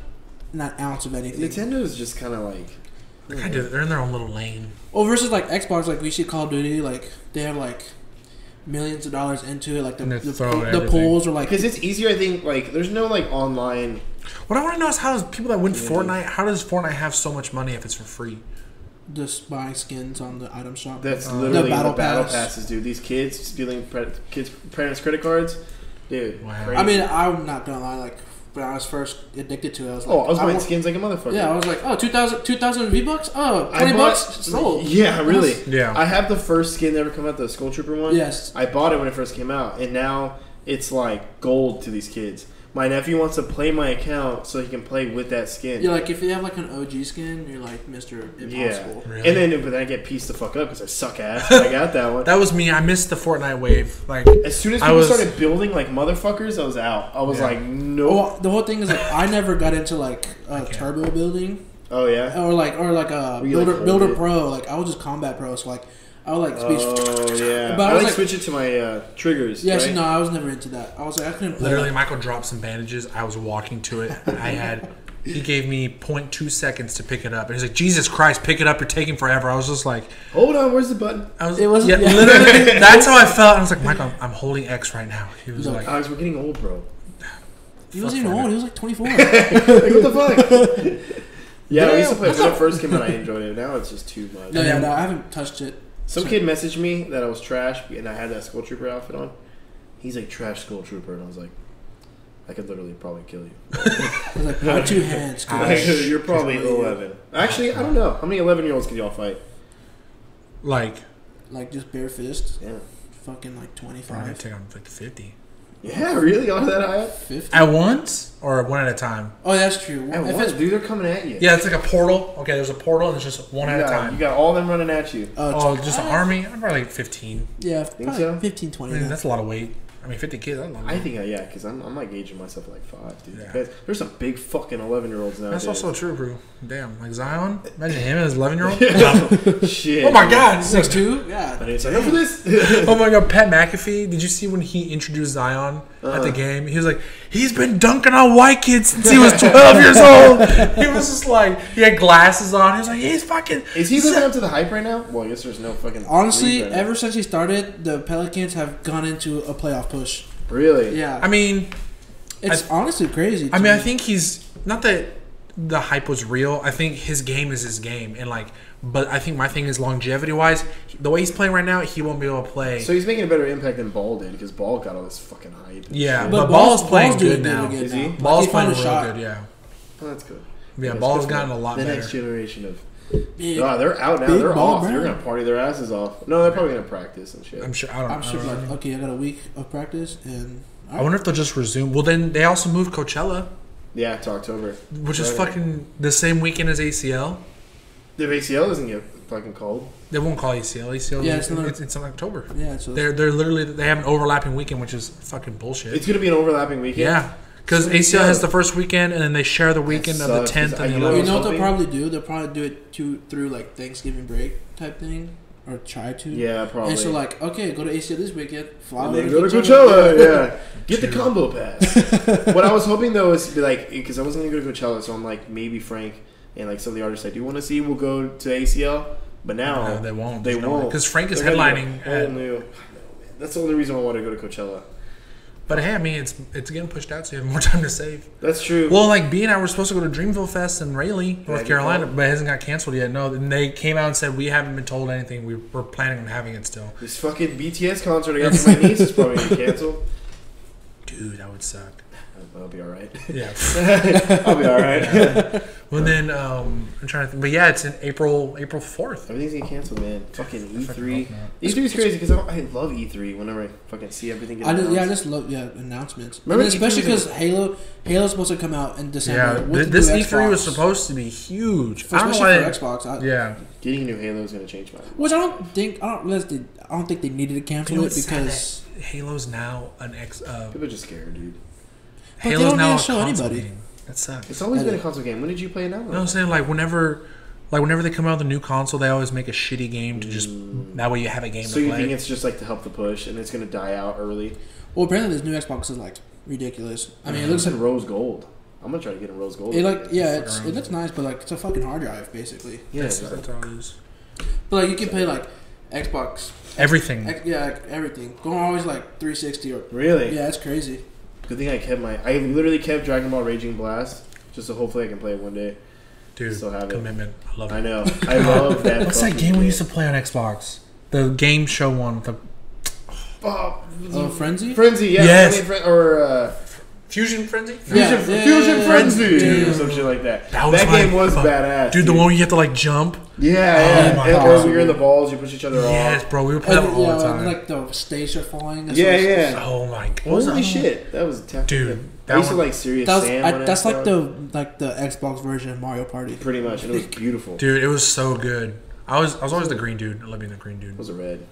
not ounce of anything.
Nintendo is just kind of like.
They kinda do- They're in their own little lane.
Well, versus like Xbox, like we see Call of Duty, like they have like millions of dollars into it. Like the
And they
the,
throw
the,
everything.
polls are like
Because it's easier, I think. Like, there's no like online.
What I want to know is how does people that win Fortnite? How does Fortnite have so much money if it's for free?
just buying skins on Uh, the item shop.
That's literally the
battle
battle,
pass.
passes, dude. These kids stealing pre- kids parents' credit cards, dude.
Wow.
crazy.
I mean, I'm not gonna lie. Like when I was first addicted to it, I was like,
oh, I was buying
wa-
skins like a motherfucker.
Yeah, I was like, oh, 2,000 2,000 V bucks. Oh, 20
bought-
bucks sold.
Yeah, really.
Yeah.
I have the first skin that ever come out, the Skull Trooper one.
Yes.
I bought it when it first came out, and now it's like gold to these kids. My nephew wants to play my account so he can play with that skin.
You're like, if you have like an OG skin, you're like Mr. Impossible.
Yeah.
Really?
And then, but then I get pieced the fuck up because I suck ass. but I got that one.
That was me. I missed the Fortnite wave. Like
As soon as
I
people
was-
started building like motherfuckers, I was out. I was
Yeah.
like, no.
Well, the whole thing is like, I never got into like uh, turbo building
Oh yeah.
or like or like a
Were you, like,
builder builder
loaded?
pro. Like I was just combat pro. So like I would like speech.
Oh yeah.
But I
I like,
was like-
switch it to my uh, triggers.
yeah, see,
right?
no, I was never into that. I was like, I couldn't play.
Literally,
like-
Michael dropped some bandages. I was walking to it. I had. He gave me 0.2 seconds to pick it up, and he's like, "Jesus Christ, pick it up! You're taking forever." I was just like,
Hold on. Where's the button?
"I was."
It wasn't-
Yeah,
yeah.
literally. That's how I felt. I was like, "Michael, I'm, I'm holding X right now." He was
Look,
like,
Alex, we're getting old, bro.
he wasn't even
fuck Fortnite.
old. He was like 24.
Like, what the fuck? yeah, we used to play
Damn.
when it first came out. I enjoyed it. Now it's just too much.
no, yeah, no, I haven't touched it.
Some kid messaged me that I was trash, and I had that school trooper outfit on. He's like trash school trooper, and I was like, I could literally probably kill you.
I was like, my two hands. could-
I- Ouch.
You're probably
Really?
eleven. Actually, I don't know how many eleven-year-olds can y'all fight.
"Like,
like just bare fist.
Yeah.
Fucking like
bro, I
25,
take on like 50
Yeah, really? Y'all that high? up?
50.
at once or one at a time."
Oh, that's true.
At
If
once,
it's
dude, they're coming at you.
Yeah, it's like a portal. Okay, there's a portal, and it's just one at
you
a
got,
time.
You got all them running at you.
Uh,
Oh,
tw-
just an
uh,
army. I'm probably like 15.
Yeah, probably
so?
15, 20.
I mean,
then.
that's a lot of weight. I mean, 50 kids. That's a lot of
I
weight.
think, I, yeah, because I'm, I'm like aging myself like five, dude.
Yeah.
Because There's some big fucking eleven-year-olds now.
That's also true, bro. Damn, like Zion. Imagine him as 11 year old.
shit.
Oh my god,
Six two? Yeah.
I need to sign up for this.
Oh my god, Pat McAfee. Did you see when he introduced Zion at the game? He was like, he's been dunking on white kids since he was 12 years old. He was just like, he had glasses on. He was like, he's fucking.
Is he living up to the hype right now? Well, I guess there's no fucking.
Honestly,
league right now.
ever since he started, the Pelicans have gone into a playoff push.
really,
Yeah.
I mean,
it's honestly crazy.
I
to
mean, I
me.
think he's not that the hype was real. I think his game is his game, and like, but I think my thing is longevity wise. The way he's playing right now, he won't be able to play.
So he's making a better impact than Ball did because Ball got all this fucking hype. and
yeah,
shit.
but,
But
Ball's,
Ball's-
playing
Ball's
good
doing
now.
really good
Is he?
now. Like,
Ball's
he
playing
found
real
a shot.
good. Yeah,
Oh, that's good.
yeah.
That's
Ball's
good for
gotten
them.
a lot
The
better.
next generation of
Big-
God, they're out now.
Big
They're
Ball
off. They're
Brown.
gonna party their asses off. No, they're probably gonna practice and shit.
I'm sure. I don't.
I'm
I
sure,
don't know.
like, okay, I got a week of practice, and
I wonder if they'll just resume. Well, then they also moved Coachella,
yeah, it's October.
which is
Right.
fucking the same weekend as ACL.
If ACL doesn't get fucking cold,
They won't call ACL. ACL.
Yeah,
it's,
it's another-
it's, in October.
yeah, so
They're they're literally they have an overlapping weekend, which is fucking bullshit.
it's gonna be an overlapping weekend.
yeah, Because ACL has the first weekend, and then they share the weekend of the
sucks, 'cause
10th
I-
and the
you know-
you
11th.
know what
something?
they'll probably do? They'll probably do it to through like Thanksgiving break type thing, or try to.
Yeah, probably.
And so like, okay, go to ACL this weekend. Fly
And
over
then go to Coachella, yeah. Get the combo pass. what I was hoping though is be like, because I wasn't gonna go to Coachella, so I'm like, maybe Frank and like some of the artists I do want to see will go to ACL, but now
No, they won't.
They
No,
won't
'cause Frank is
They're gonna do a
headlining
whole
at-
new- That's the only reason I want to go to Coachella.
But hey, I mean, it's it's getting pushed out, so you have more time to save.
That's true.
Well, like B and I were supposed to go to Dreamville Fest in Raleigh, North
you
Carolina,
told?
but it hasn't got canceled yet. No, and they came out and said we haven't been told anything. We were planning on having it still.
this fucking BTS concert I got for my niece is probably gonna cancel.
Dude, that would suck.
I'll be all right.
Yeah.
I'll be all right.
well, then um, I'm trying to. think. But yeah, it's in April April fourth.
Everything's getting canceled, man. Fucking E E3.
hope not.
E3 is crazy because I, don't- I love E3 whenever I fucking see everything. Get
I just, yeah, I
announced.
just love yeah announcements,
Remember
and especially
E3 was
because Halo Halo's supposed to come out in
Yeah,
December.
th-
with the
this
new
E3 was
Xbox.
supposed to be huge. I don't know
especially
why.
for
they-
Xbox. I,
Yeah,
Getting a new Halo is gonna change my life.
which I don't think I don't realize they, I don't think they needed to cancel
You know
it
what's sad
because
that Halo's now an X. Uh,
People are just scared, dude.
they
Halo's
don't
now
need
a
to show
console
anybody.
game. That sucks.
It's always
I
been a
did.
console game. When did you play it now?
You know what I'm saying? Like whenever, like whenever they come out with a new console, they always make a shitty game to just that way you have a game
So
to
you
play.
think it's just like to help the push, and it's gonna die out early?
Well, apparently this new Xbox is like ridiculous. I mean, it looks
It's
like
in rose gold. I'm gonna try to get in rose gold.
it like yeah, it's, it looks nice, but like it's a fucking hard drive basically.
yeah.
That's-
it's like-
that's all it is.
But like you can play like Xbox,
Everything.
X, yeah, like, everything. Going always like 360 or
Really?
yeah, it's crazy.
Good thing I kept my. I literally kept Dragon Ball Raging Blast just so hopefully I can play it one day.
Dude,
Still have it.
commitment. I love
I
it.
know. I love that.
What's that
fucking
game we used to play on Xbox? The game show one with the
Oh,
Oh, Frenzy.
Frenzy, yeah,
Yes.
Frenzy Fren- or uh,
Fusion Frenzy.
Yeah,
Fusion,
yeah,
Fusion
yeah,
Frenzy
yeah.
or some shit like that. That,
That was my
game was
fu-
badass,
Dude, the one where you have to like jump.
Yeah,
Oh
yeah.
my
and,
God.
or you're in the balls, you push each other
Yes,
off.
bro, we were playing
And,
that all
yeah,
the
and,
time.
like the stakes are falling. That's
Yeah,
what-
yeah.
oh my god,
uh, Holy shit, that was tough.
Dude, that
I used to
one-
like Serious
That was,
Sam.
I,
when it
that's like
was
the like the Xbox version of Mario Party.
pretty much, and it was beautiful.
Dude, it was so good. I was I was always the green dude. I love being the green dude.
It was a red.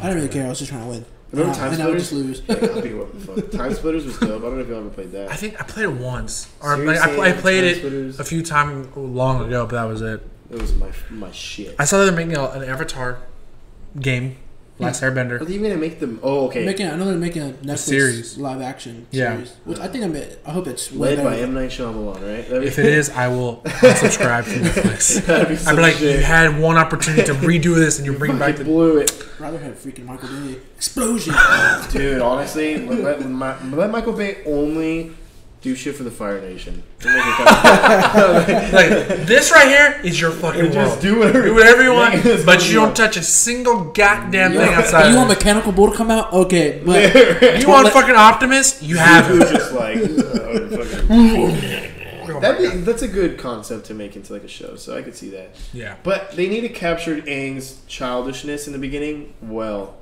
I didn't really care. I was just trying to win.
Remember
Uh,
Time
and I would
Splitters?
just lose.
Yeah, I'll be what the fuck. Time Splitters was dope. I don't know if you ever played
I
that.
think I played it once, or
Serious
like, I, pl- I
Sam,
played
Time
it
Splitters.
a few times long ago, but that was it.
It was my my shit.
I saw that they're making a, an Avatar game, Last
Are
Airbender.
they even gonna make them? Oh, okay.
Making, I know they're making a Netflix
series.
live action
Yeah.
series, which I think I'm. I hope it's way
Led
better
by
than-
M Night Shyamalan, right? That'd be-
If it is, I will subscribe to Netflix.
that'd be
I'd
some
be like, you
shit.
had one opportunity to redo this, and you bring back
Fucking
the.
blew it.
rather have freaking Michael Bay explosion.
Dude, honestly, let, let, my, let Michael Bay only do shit for the Fire Nation. Don't make it come-
Like, this right here is your fucking world.
just do whatever,
Do whatever you want,
Make it as
but
fun
you
as
don't touch a single goddamn thing outside.
you
of
want
it.
Mechanical Bull to come out? Okay, but
want.
You want fucking Optimus? You have
Who
him.
just like oh, fucking- that'd be, that's a good concept to make into like a show, so I could see that.
Yeah.
But they need to capture Aang's childishness in the beginning. Well,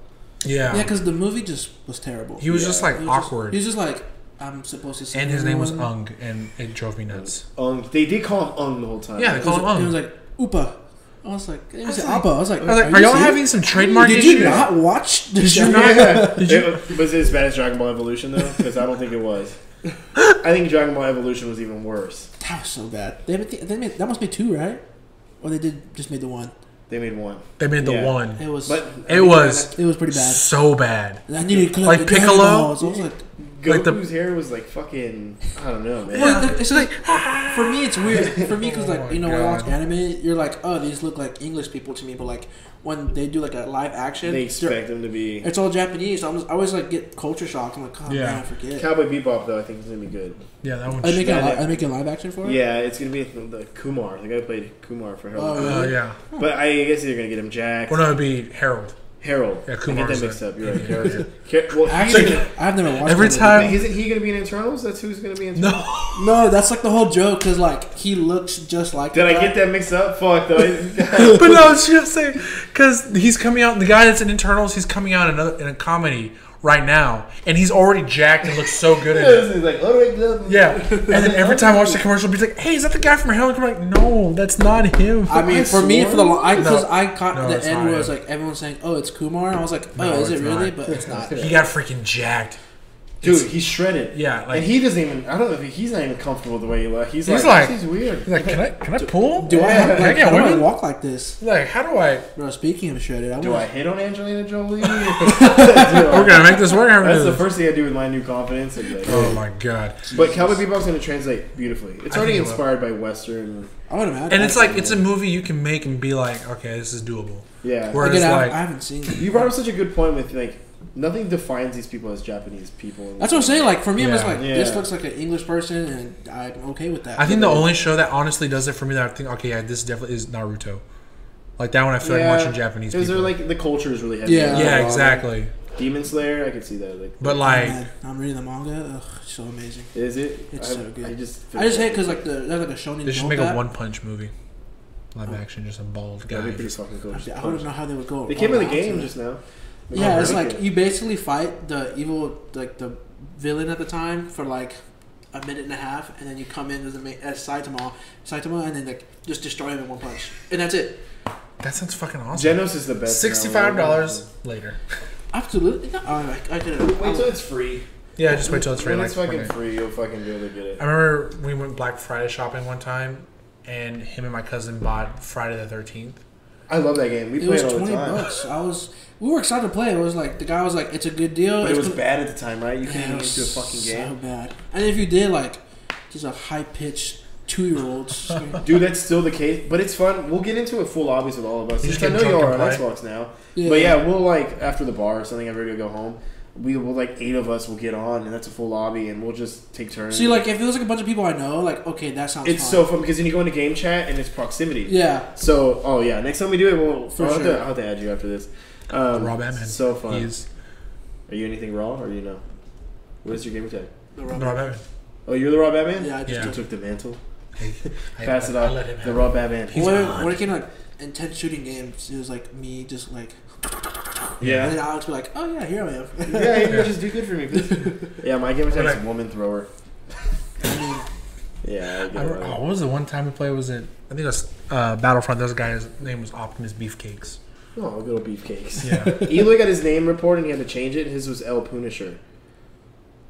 Yeah.
yeah, because the movie just was terrible.
he was just like
He was just-
awkward.
he was just like, I'm supposed to. see
and his name was Um.
everyone."
Ung, and it drove me nuts.
um, they did call him Ung the whole time.
Yeah, they
uh, It was,
called him Ung.
it was like Upa. I was like, it was,
was like-
Appa. I was like,
Um. I was like, are
you
y'all
serious?
having some trademark
Did
issues?
you not watch? Did you not?
Yeah. It, was it as bad as Dragon Ball Evolution though? Because I don't think it was. I think Dragon Ball Evolution was even worse.
That was so bad. They, made- they made, that must be two, right? Or they did just made the one.
They made one,
They made the
Yeah.
It
one.
was.
but
It was
it was pretty bad.
so bad.
And I needed to collect
Like
the Dragon
Piccolo?
Balls. I was like,
Goku's
Like the-
hair was like fucking. I don't know, man.
Well, it's like
"Ah."
for me, it's weird. For me, because
Oh
like
my
you know, when I watch
God.
anime, you're like, oh, these look like English people to me. But like when they do like a live action,
They
they're-
expect him to be.
it's all Japanese. I'm just, I always like get culture shock. I'm like, oh
Yeah.
man, I forget.
Cowboy Bebop, though, I think is gonna be good.
Yeah, that one.
Are they making a
Yeah,
li-
they-
are they making live action for it?
Yeah, it's gonna be the, the Kumar. The guy who played Kumar for Harold.
Oh,
Uh, yeah.
But I guess they're gonna get him Jack
Or no, it'd be Harold.
Harold.
Yeah,
I
Kumar's
get that mixed
the-
up. You're right. Harold. Car- well, he's
Actually,
gonna-
I've never watched
Every
that movie.
time-
isn't he gonna be in Internals? That's who's gonna be in. Internals?
No.
No, that's like the whole joke because like he looks just like.
Did I
the guy.
get that mixed up? Fuck though.
but no, I was just saying because he's coming out. The guy that's in Internals, he's coming out in a, in a comedy right now, and he's already jacked and looks so good in it.
he's like, all right, love.
Yeah, and then every time I watch the commercial, I'll be like, "Hey, is that the guy from Harold?" I'm like, "No, that's not him."
I mean,
I
for me,
swore-
for the long, I because
No.
I caught
No,
the
it's
end
not
where it's
him.
like everyone saying, "Oh, it's Kumar." I was like, "Oh,
No,
is it
it's
really?"
not.
But it's not.
he got freaking jacked.
Dude, he's shredded.
Yeah, like-
and he doesn't even. I don't know. if he- He's not even comfortable the way he left. He's,
He's
like,
like-
this is weird.
Like, can I can I pull?
Do I have,
Can I
like,
get
how do I
women?
walk like this?
Like, how do I?
Bro, speaking of shredded, I'm
Do I
like,
hit on Angelina Jolie? We're
We're gonna make this work. however it
That's the
is.
first thing I do with my new confidence. I'm like,
Oh my god!
But Cowboy Bebop's going to translate beautifully. It's
I
already
think it will.
inspired by Western.
I would imagine.
And it's like it's a movie you can make and be like, okay, this is doable.
Yeah.
Whereas
Again, I,
like,
I haven't seen it.
You brought up such a good point with like nothing defines these people as Japanese people.
That's what I'm saying. Like for me, I'm just
Yeah.
like this
Yeah.
looks like an English person, and I'm okay with that.
I think the only show that honestly does it for me that I think, okay, yeah, this definitely is Naruto. Like that one, I feel like watching Japanese
Because
people.
they're like the culture is really heavy. uh,
Yeah.
yeah,
Oh,
exactly.
Demon Slayer, I could see that. Like,
But like,
Man, I'm reading the manga. Ugh, so amazing.
is it?
It's
I,
so good.
I just,
I just hate because like the they're like a shonen.
they should make
manga.
a One Punch movie, live action, just a bald guy.
That'd be pretty fucking cool.
Actually, I don't know how they would go.
They came in the
around
game
that.
just now. They
Yeah,
were
it's
really
like
good.
you basically fight the evil, like the villain at the time for like a minute and a half, and then you come in as a ma- as Saitama, Saitama, and then like just destroy him in one punch, and that's it.
That sounds fucking awesome.
Genos is the best.
Sixty-five dollars later.
Absolutely. No, I, I could.
Wait till it's free.
Yeah, just wait till it's free.
When
Like,
it's fucking
Fortnite.
free, you'll fucking be able to get it.
I remember we went Black Friday shopping one time, and him and my cousin bought Friday the Thirteenth.
I love that game. We
It
play
was
it all the
twenty
time.
bucks. I was. We were excited to play. It was like the guy was like, "It's a good deal."
But it
It's
was
com-
bad at the time, right? You
Yeah,
can't even
it
get
was
to a fucking
So
game.
bad. And if you did like, just a high pitched two year old.
Dude, that's still the case, but it's fun. We'll get into it full lobbies with all of us.
You just
I
get
know you
drunk
are on
and play.
Xbox now. But yeah, we'll like after the bar or something. I'm ready to go home. We will like eight of us will get on, and that's a full lobby, and we'll just take turns.
See, like if it was like a bunch of people I know, like okay, that sounds.
it's
fun.
so fun because then you go into game chat and it's proximity.
Yeah.
So oh yeah, next time we do it, we'll
For
I'll, have
sure.
to, I'll have to add you after this. Um,
Rob Amman.
So fun.
He's
Are you anything raw or you know? What is your game tag?
The
Rob
rubber.
Amman.
Oh, you're the Rob Batman.
Yeah, I just
Yeah.
You took the mantle.
I-
Pass it
I
off.
let him
The
have it.
Rob Batman.
He's
when,
odd.
when it came to like intense shooting games, it was like me just like, and
Yeah.
then Alex would be like, "Oh yeah, here I am."
Yeah, you
Yeah.
can just do good for me, please. yeah, my game tag is
Alright.
Woman Thrower. Yeah, I
I
get
remember, oh,
it.
what was the one time we played? Was it? I think it was uh, Battlefront. This guy's name was Optimus Beefcakes.
Oh, good old beefcakes.
Yeah.
Eloy got his name reported and he had to change it. His was El Punisher.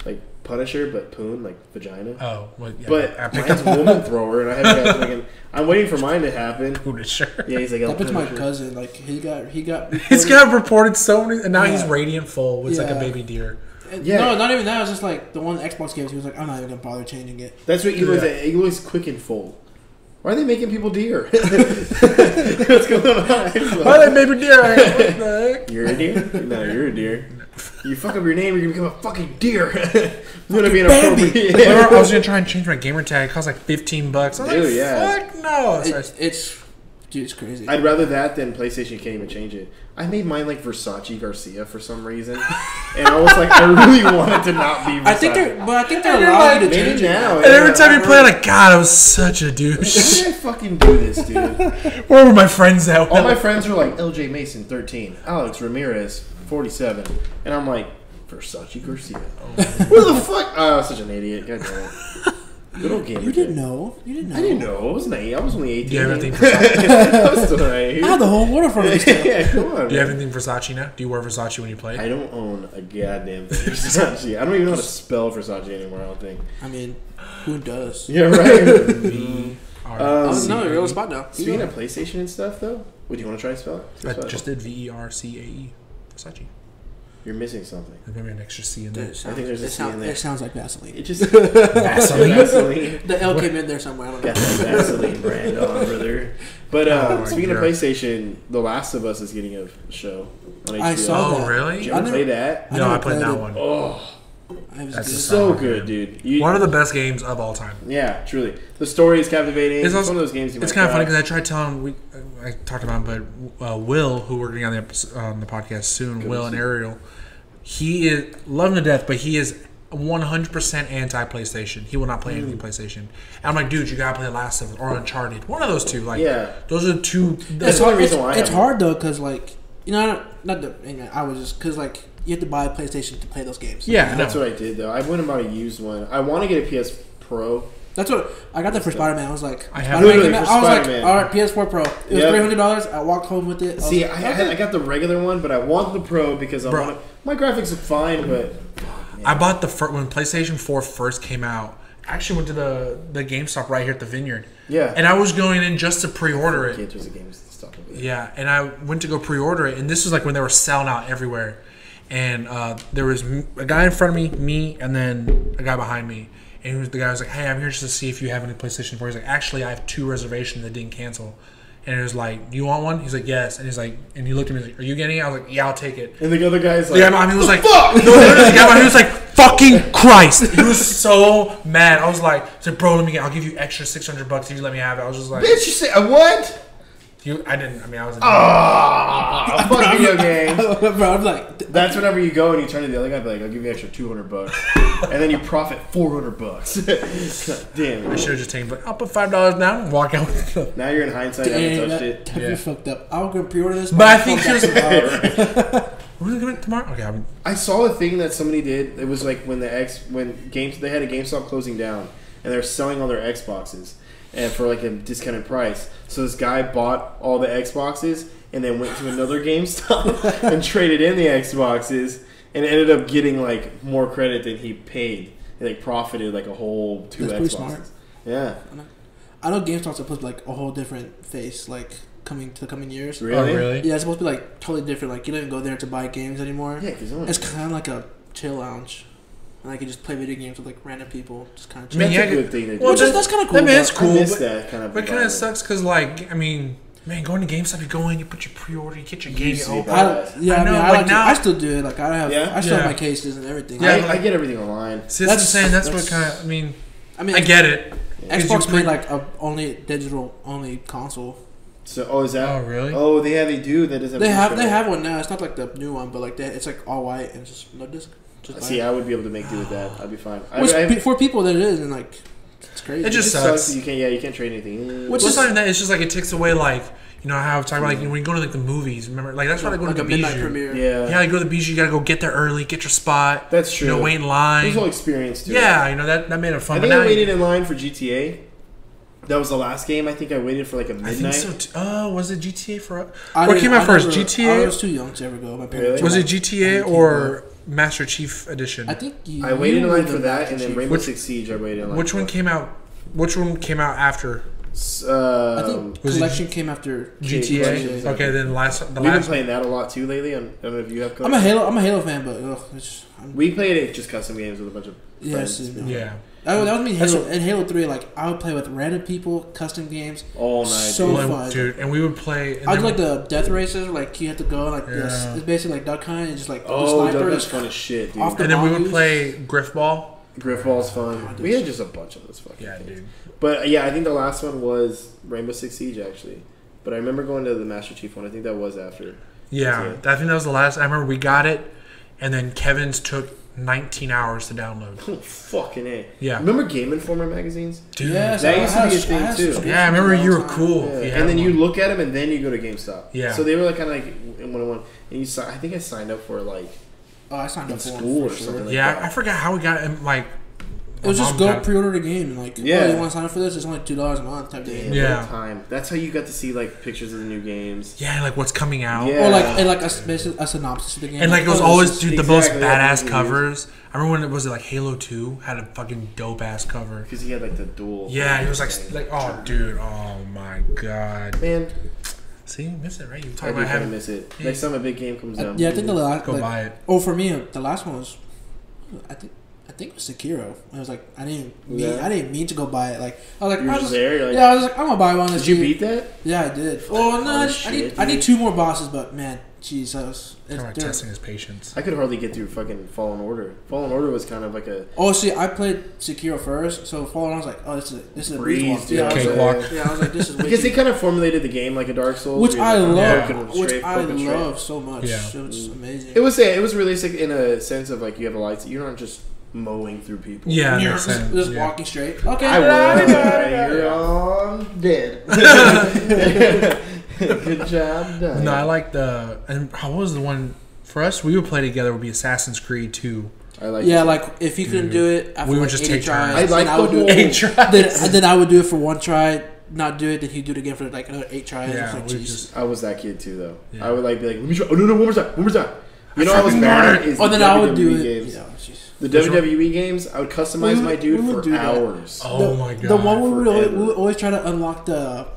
Like Punisher, but Poon, like vagina.
oh, well, yeah.
but
I picked
mine's
up
Woman Thrower, and I haven't got fucking. I'm waiting for mine to happen.
Punisher.
Yeah, he's like El
That bitch, my
Punisher.
cousin. Like he got, he got.
He's got reported so many, and now he's
Yeah.
radiant full. It's like a
Yeah.
baby deer.
Yeah.
Yeah. No, not even that. It was just like the one Xbox games. He was like, "I'm not even gonna bother changing it."
That's what Eloy's
Yeah.
at. Eloy's quick and full. Why are they making people deer? What's going on?
Oh, that baby deer! What the heck?
You're a deer? No, you're a deer. You fuck up your name, you're gonna become a fucking deer. you're gonna be inappropriate.
I remember I was gonna try and change my gamer tag. It cost like fifteen bucks. I was
Dude,
like,
yeah.
fuck no. So I-
It, it's, dude, it's crazy.
I'd rather that than PlayStation can't even change it. I made mine like Versace Garcia for some reason, and I was like, I really wanted to not be. Versace.
I think they're, but I think they're
And you're
allowed you
like-
to change
maybe
it.
now.
and every time you
I
play, I'm like, God, I was such a douche.
Why did I fucking do this, dude?
Where were my friends at?
All my friends were like L.J. Mason, thirteen, Alex Ramirez, forty-seven, and I'm like Versace Garcia. Where the fuck? Oh, I was such an idiot. God damn it. Good old gamer.
You didn't
kid.
know. You didn't know.
I didn't know. I wasn't eight. I was only eighteen.
Do you have anything?
I was still right
I
here.
had the whole world in front of me. still.
yeah, come on.
Do you
man.
have anything Versace now? Do you wear Versace when you play?
I don't own a goddamn thing Versace. I don't even know how to spell Versace anymore. I don't think.
I mean, who does?
Yeah, right.
E Alright.
I
um,
was no, you're on the spot now. You
speaking
go.
of PlayStation and stuff, though, would you want to try and spell it?
I
Spell it.
just did V E R C A E. Versace.
You're missing something.
There's maybe an extra C in there.
It sounds-
think there's a
it
C
sound-
in there.
It sounds like Vaseline.
It just Vaseline.
The L came in there somewhere. I don't know.
Got that Vaseline brand on, brother. But uh,
my
speaking of
God.
PlayStation, The Last of Us is getting a show on HBO.
I saw
Oh,
that.
really?
Did you
I
ever
never-
play that?
I
No,
never
I played that
it.
one.
Oh,
I was
That's
good.
just-
so
Oh,
good, dude. You,
One of the best games of all time.
yeah, truly. The story is captivating. It's,
also-
one of those games. You
It's
might
kind of funny
cry.
because I tried telling we I talked about him, but uh, Will, who we're getting on the episode, on the podcast soon, Will and Ariel, he is love him to death, but he is 100 percent anti PlayStation. He will not play
Mm.
anything PlayStation. And I'm like, dude, you gotta play The Last of Us or Uncharted, one of those two. Like,
Yeah.
those are two.
That's
It's
the only
hard.
reason
It's,
why I
it's
haven't.
hard though, cause like you know, I don't, not the. hang on, I was just cause like you have to buy a PlayStation to play those games.
yeah,
That's
no.
what I did though. I went and bought a used one. I want to get a PS Pro.
that's what I got that for Spider Man. I was like,
I have-
Spider-Man
Literally
came out,
for
I was
Spider-Man.
like, all right, PS4 Pro. It was
Yep.
three hundred dollars. I walked home with it. I was
See,
like,
I, had, I got the regular one, but I want the Pro because I
Bro.
want my graphics are fine, but
I bought the fir- when PlayStation 4 first came out. I actually went to the the GameStop right here at the Vineyard.
Yeah.
And I was going in just to pre-order it.
Games was a game stuff over there.
Yeah, and I went to go pre-order it, and this was like when they were selling out everywhere, and uh, there was m- a guy in front of me, me, and then a guy behind me, and he was, the guy was like, "Hey, I'm here just to see if you have any PlayStation 4." He's like, "Actually, I have two reservations that didn't cancel," and it was like, "Do you want one?" He's like, "Yes," and he's like, and he looked at me, he's like, "Are you getting it?" I was like, "Yeah, I'll take it."
And the other guy's like,
Yeah, I mean, he was like, no, literally, the guy behind me was like, "Fucking Christ!" He was so mad. I was like, I said, "Bro, let me get. I'll give you extra 600 bucks if you let me have it." I was just like,
"Bitch, you say uh, what?
"You, I didn't. I mean, I was."
Ah, fuck video games."
Bro, I'm like, th-
That's whenever you go and you turn to the other guy, and be like, "I'll give you an extra two hundred bucks," and then you profit four hundred bucks. Damn.
Should have just taken, but I'll put five dollars down and walk out. With it.
Now you're in hindsight. I
dang,
haven't
that,
touched it.
that'd
Yeah.
be fucked up. I'll go pre-order this.
But I think she was.
Uh,
We're gonna it tomorrow. Okay, I'm,
I saw a thing that somebody did. It was like when the X when games they had a GameStop closing down and they were selling all their Xboxes and for like a discounted price. So this guy bought all the Xboxes and then went to another GameStop and traded in the Xboxes and ended up getting like more credit than he paid. And like profited like a whole two
That's pretty
Xboxes.
smart.
Yeah.
I know GameStop's supposed to like a whole different face, like coming to the coming years.
Really?
Oh, really?
Yeah, it's supposed to be like totally different. Like you don't even go there to buy games anymore.
Yeah, because
It's kind of like a chill lounge, and I can just play video games with like random people, just kind of chill.
I mean,
that's
yeah,
a good thing to do.
well,
Which is-
just,
that's kinda
I
cool,
mean, it's
but
I
cool,
miss
but,
that kind of
but it kind
environment.
of sucks because, like, I mean, man, going to GameStop, you go in, you put your pre-order, you get your game, you
see
open.
that.
I, yeah, I,
I
mean,
know,
I,
like
like to-
now-
I still do it. Like I have,
Yeah?
I still
Yeah.
have my cases and everything.
Yeah.
Yeah.
I, I get everything online.
See,
That's-
that's, what I'm saying. That's,
that's-
what kind of. I mean,
I mean,
I get it. 'Cause you
Xbox
pre-
made like a only digital only console.
So oh is that
Oh, really?
Oh they have they do that doesn't
They have
sure.
they have one now. It's not like the new one, but like they, it's like all white and just no disc. Just buy
See,
it.
I would be able to make do with that. I'd be fine. I,
Which
I,
pe- for people that it is, and like it's crazy.
It
it just
just
sucks.
sucks.
that You can't. Yeah, you can't trade anything.
Which
It's
Which
just
is-
not even that. It's just like it takes away, like, you know how I was talking about, like when you go to like the movies. Remember, like that's why I go
like
to
a
the
midnight
Bijou.
premiere.
yeah,
Yeah, you go to the Bijou. You gotta go get there early, get your spot.
that's true.
You know, wait in line.
There's whole experience to it.
Yeah, you know that that made it fun.
I
but
think
now
I
you-
waited in line for GTA. That was the last game. I think I waited for like a midnight.
I think so. Too. Oh, was it GTA for?
I
what
didn't-
came out
I
first?
never- I was
GTA?
too young to ever go. My
Really?
parents.
Was
were
it
like-
GTA
I
or Master Chief Edition?
E I think you,
I waited in
you
line
were
for
the
that,
Master
and then
Chief.
Rainbow Six Siege. I waited in line.
Which
for.
one came out? Which one came out after
S-
I
Um,
think
Was it
collection came after.
GTA?
GTA.
Okay, then last the
we've been
last.
playing that a lot too lately. I'm, I don't know if you have.
I'm a Halo. I'm a Halo fan, but ugh, it's, I'm,
We played it just custom games with a bunch of
yeah, it's
friends.
just- no.
Yeah,
That, that was me. in
That's
Halo and Halo Three. Like I would play with random people, custom games.
all night.
So
dude.
fun.
Well, dude, and we would play. And
I
then-
like the death races. Like you have to go like this.
Yeah.
It's basically like Duck Hunt and just like
Oh,
the
dude,
sniper.
that's
Is,
fun as shit, dude.
off the-
and then we would
values.
play Griff Ball.
Griffball's fun. We had just a bunch of those fucking.
Yeah, dude.
But uh, yeah, I think the last one was Rainbow Six Siege actually. But I remember going to the Master Chief one. I think that was after.
Yeah, I think that was the last. I remember we got it, and then Kevin's took 19 hours to download.
Oh, fucking a.
Yeah.
Remember Game Informer magazines?
Dude.
Yes,
That
I
used to
had
be a
a-
thing,
I had a
too. Yeah, I
Yeah, I
subscription
remember
for a
you were
long time.
cool.
Yeah.
if you had
and then you
one.
look at them, and then you go to GameStop.
Yeah.
So they were like kind of like in one on one, and you sign. I think I signed up for like
Oh, I signed
in
up for one
school
for
or
sure.
something. Like
Yeah, I
that.
forgot how we got it. Like,
uh, It was
my
just
mom
go
got it.
pre-order the game and like, yeah,
Yeah.
oh, you want to sign up for this? It's only two dollars a month type
Damn,
thing.
Yeah.
what a time. That's how you got to see like pictures of the new games.
Yeah, like what's coming out.
Yeah.
Or like and like a, s- basically a synopsis of the game.
And like it was
oh,
always
this is-
dude the
exactly
most
what
badass
it is.
covers. I remember when it was like Halo Two had a fucking dope ass cover.
Because he had like the dual.
Yeah, it was like like oh dude, oh my god.
man,
See, you miss it right? You were
I do
talking about
kind of
having
miss it. Next time a big game comes out.
yeah, I think the last
go
like,
buy it.
Oh, for me, the last one was, I think, I think it was Sekiro. I was like, I didn't, mean,
Yeah.
I didn't mean to go buy it. Like, I was like,
You were
I
just there, you're like-
yeah, I was like, I'm gonna buy one.
Did you beat that?
Yeah, I did. Oh no, I, just- I
shit,
need, I need
dude.
two more bosses, but man, jeez, I was.
talking
It's
about
they're-
testing his patience.
I could hardly get through fucking Fallen Order. Fallen Order was kind of like a
Oh, see, I played Sekiro first, so Fallen. I was like, oh, this is a, this is a
Breeze,
breeze.
dude.
Yeah, I was like,
Cakewalk.
yeah, I was like, this is way
because
too
they kind of formulated the game like a Dark Souls,
which
where
I
you're
love,
like
Yeah.
poking them
which
straight,
I
poking them straight.
love so much.
Yeah.
It was amazing.
It was yeah, it was realistic in a sense of like you have a light, you're not just mowing through people.
Yeah,
You're
makes
just,
sense.
just
Yeah.
walking straight. Okay,
I was. You're all dead. Good job done.
No, I like the and how was the one for us we would play together would be Assassin's Creed Two.
I like.
yeah, like if you couldn't do it, after
We would
like
just
80
take
tries,
turns.
I like
then I
the
would do
whole-
it.
Eight
Then, then I would do it for one try, not do it, then he'd do it again for like another eight tries. It's
Yeah, we
like, jeez.
just
I was that kid too, though.
Yeah.
I would like be like, let me try. Oh no, no, one more time, one more time. You know, I was
fucking
bad
learned
is
oh, then I would
WWE
do it.
E games.
Yeah, jeez.
The
Which one?
WWE games, I would customize
We-
my dude
we would
for
do that.
hours.
Oh
the,
my god.
The one where we would,
forever.
we would always try to unlock the.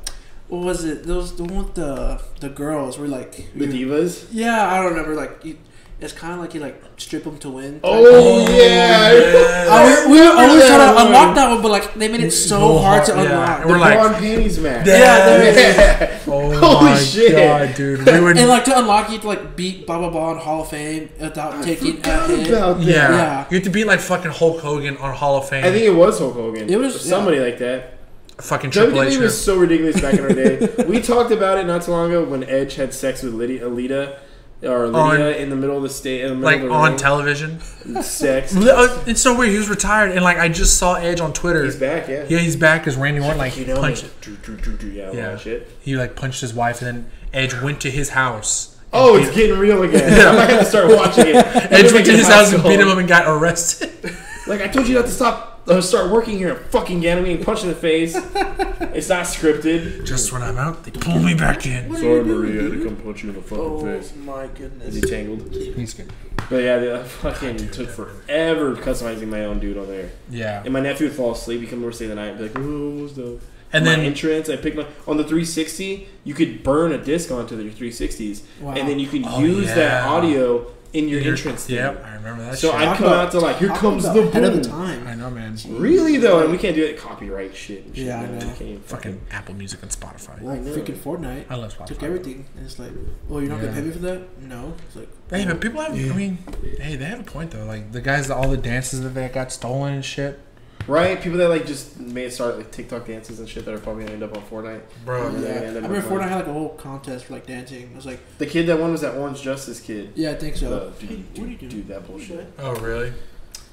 What was it? Those the one with the the girls were like.
The
you-
divas.
yeah, I don't remember. Like you, it's kind of like you like strip them to win.
Oh, yeah.
yes.
I, we were always
that
trying to
one.
unlock that one, but like they made it so
No,
hard to
yeah.
unlock.
And we're like-
Blonde panties match.
Yeah,
there it is.
Yeah.
Oh
Holy
my
shit.
god, dude. We would
and like to unlock, you would like beat blah blah blah in Hall of Fame without taking a
Forgot
hit.
about that.
yeah.
Yeah.
You have to be like fucking Hulk Hogan on Hall of Fame.
I think it was Hulk Hogan.
It was-
Or somebody like that.
fucking Triple H.
WWE E was so ridiculous back in our day. we talked about it not too long ago when Edge had sex with Lydia, Alita or Lydia
On-
in the middle of the state, in the middle
like
of the
on
ring.
television.
sex.
Uh, It's so weird. He was retired, and like I just saw Edge on Twitter.
He's back, yeah.
Yeah, he's back as Randy Orton. Like
you know,
punched.
me. Drew, drew, drew, drew, yeah, all
Yeah,
that shit.
he like punched his wife, and then Edge went to his house.
Oh, it's getting real again. I might have to start watching it.
Edge went to his house and
Household.
beat him up and got arrested.
Like I told you not to stop, uh, start working here. Fucking again, I'm getting punched in the face. it's not scripted.
just when I'm out, they pull me back in.
Sorry, Maria, I had to come punch you in the fucking
Oh my
Is he
goodness!
tangled?
He's good.
But yeah, the I fucking took forever customizing my own dude on there.
Yeah.
And my nephew would fall asleep. He'd come over stay the night and be like, oh, what was the
And
my
then-
entrance? I picked my on the 360. You could burn a disc onto the 360s,
Wow.
and then you can
Oh,
use that
yeah.
audio in your entrance. thing.
Yep, I remember that.
So
shit.
I come out to like, here comes the
head of
boom.
the time.
I know, man.
Really though, and we can't do it. Copyright shit. And shit
Yeah, I
man.
know.
We can't even
Fucking Apple Music and Spotify.
Like freaking Fortnite.
I love Spotify.
Took everything, and it's like, oh, you're not
Yeah.
gonna pay me for that? No. It's like,
Hey, but people have. I mean, hey, they have a point though. Like the guys, all the dances that they got stolen and shit.
Right? People that like just made start like TikTok dances and shit that are probably gonna end up on Fortnite.
Bro,
Yeah,
yeah.
yeah,
I
that
remember
was
Fortnite
fun.
had like a whole contest for like dancing. I was like,
The kid that won was that Orange Justice kid.
yeah, I think
Uh,
so.
dude,
Hey,
dude,
what are you doing?
dude, that bullshit.
Oh, really?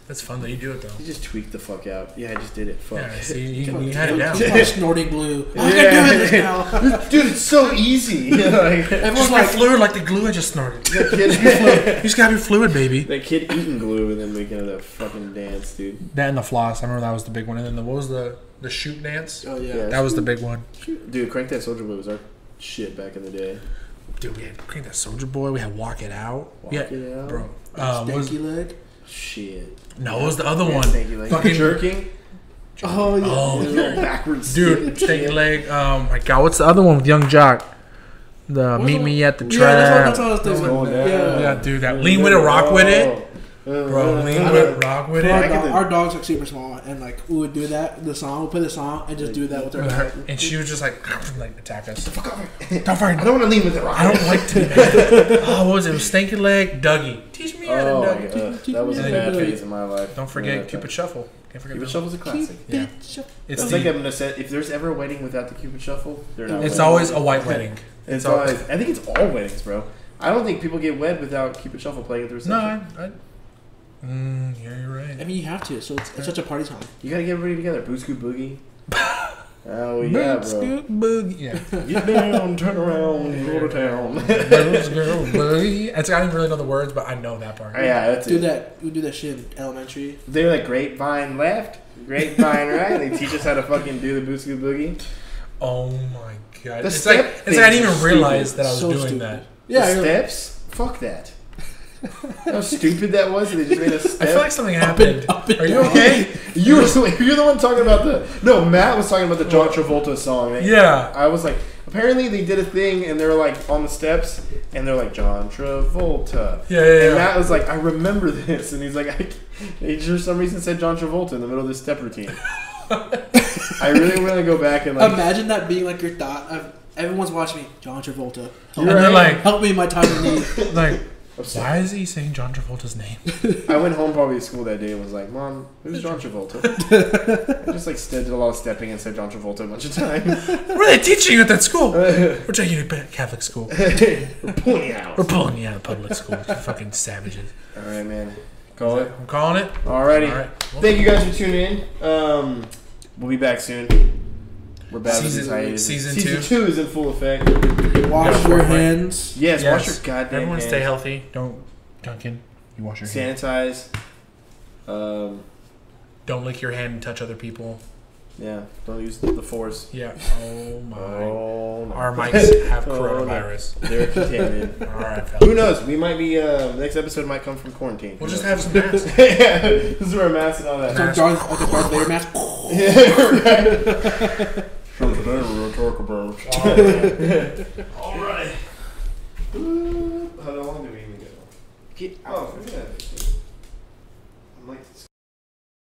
That's fun that you do it though.
He just tweaked the fuck out. Yeah, I just did it. Fuck.
Yeah, see, you,
Fuck,
you had it
dude,
down.
keep on snorting blue. I'm
Yeah.
gonna do this now.
Dude, it's so easy. Like, that
Just
Everyone's
like
like,
fluid, like the glue I just snorted.
kid,
You just gotta be fluid, baby.
that kid eating glue and then making that fucking dance, dude.
That and the floss. I remember that was the big one. And then the, what was the the shoot dance?
oh yeah.
Yeah.
That was the big one.
Dude, Crank That Soldier Boy was our shit back in the day.
Dude, we had Crank That Soldier Boy. We had Walk It Out.
Walk
yeah,
It Out.
bro. Uh, what was,
Stanky leg.
Shit.
no, what was the other
Yeah,
one?
stanky leg.
Fucking
jerking.
Oh yeah.
Oh,
Little backwards.
Dude, Stanky Leg. Oh my god, what's the other one with Young Jock? The
What's
Meet
the-
Me at the
yeah, that's
Trap.
what, that's what I was thinking. Yeah.
Yeah, dude, that lean with it, rock with
Oh,
it. Bro, lean
Oh. I
with
don't-
it, rock with
Our,
it.
Back in
dog-
the-
our dogs are super small, and like we would do that. The song, we play the song, and just do that with our
With
dog.
her- Uh, And she was just like, like attack us.
I
Don't fucking
don't want to lean with it, rock.
I don't like to do that. oh, what was it? it was Stinky Leg, Dougie. Teach me how to
Oh,
Dougie.
my God. that was a
Yeah.
bad phase in my life.
Don't forget
Yeah,
Cupid Shuffle. Can't forget
Cupid
that.
Shuffle's a classic.
Yeah.
Bitch.
It's,
It's
the-
like I'm gonna say, if there's ever a wedding without the Cupid Shuffle, they're not.
it's
wedding.
always a white wedding.
It's, always. I think it's all weddings, bro. I don't think people get wed without Cupid Shuffle playing at the
No,
reception.
I. I mm, yeah, you're right.
I mean, you have to. So it's, it's such a party time.
You gotta get everybody together. Boo scoot boogie. oh yeah, bro.
Boot, scoot, boogie. Yeah.
Get down, turn around, go to town.
Boot, scoot, boogie. It's- I didn't really know the words, but I know that part.
Oh, yeah, that's
Do
it.
that. We do that shit in elementary.
They're like grapevine left, grapevine right. They teach us how to fucking do the boo scoot boogie.
Oh my god.
The
It's
step
like, it's like I didn't
things are
even realize that I was
so
doing
stupid.
that.
Yeah.
the
you're like,
steps. Fuck that. How stupid that was. that They just made a
I
step.
feel like something happened. Are you okay?
okay, you were you're the one talking about the no. Matt was talking about the John Travolta song. They-
Yeah.
I was like, apparently they did a thing and they're like on the steps and they're like John Travolta.
Yeah, yeah,
And
yeah.
Matt was like, I remember this, and he's like, I, can't- he just for some reason said John Travolta in the middle of this step routine. I really want to go back and like.
imagine that being like your thought. Of, everyone's watching me. John Travolta. Help,
And
You're
they're
right.
like,
help me in my time of need.
like,
I'm sorry.
why is he saying John Travolta's name?
I went home probably to school that day and was like, Mom, who's John Travolta? I just like did a lot of stepping and said John Travolta a bunch of times.
What are they teaching you at that school? We're taking you to Catholic school.
Pulling it out.
We're pulling you out of public school. You fucking savages.
All right, man. Call it.
I'm calling it.
Alrighty.
All right. Well,
Thank you guys for tuning in. Um, we'll be back soon. We're back with
Season-
these hiatuses.
season
season
two.
two is in full effect.
Wash
Yeah.
your hands.
Yes,
yes.
wash your goddamn
Everyone
hands.
stay healthy. Don't Duncan. You wash your hands.
Sanitize. Um,
Don't lick your hand and touch other people.
Yeah, don't use the force.
Yeah. Oh my.
Oh, no.
Our mics have
Oh, no.
coronavirus.
They're contaminated.
All right,
Who
fellas.
knows? We might be. Uh, next episode might come from quarantine.
We'll just have some masks.
yeah, this is where masks and all that.
Some
Mask.
Darth, like a Darth Vader mask.
Yeah, right. Sure, today we're gonna talk about.
All right.
All right. Ooh, How long do we even get?
Get
Oh, yeah. I'm like.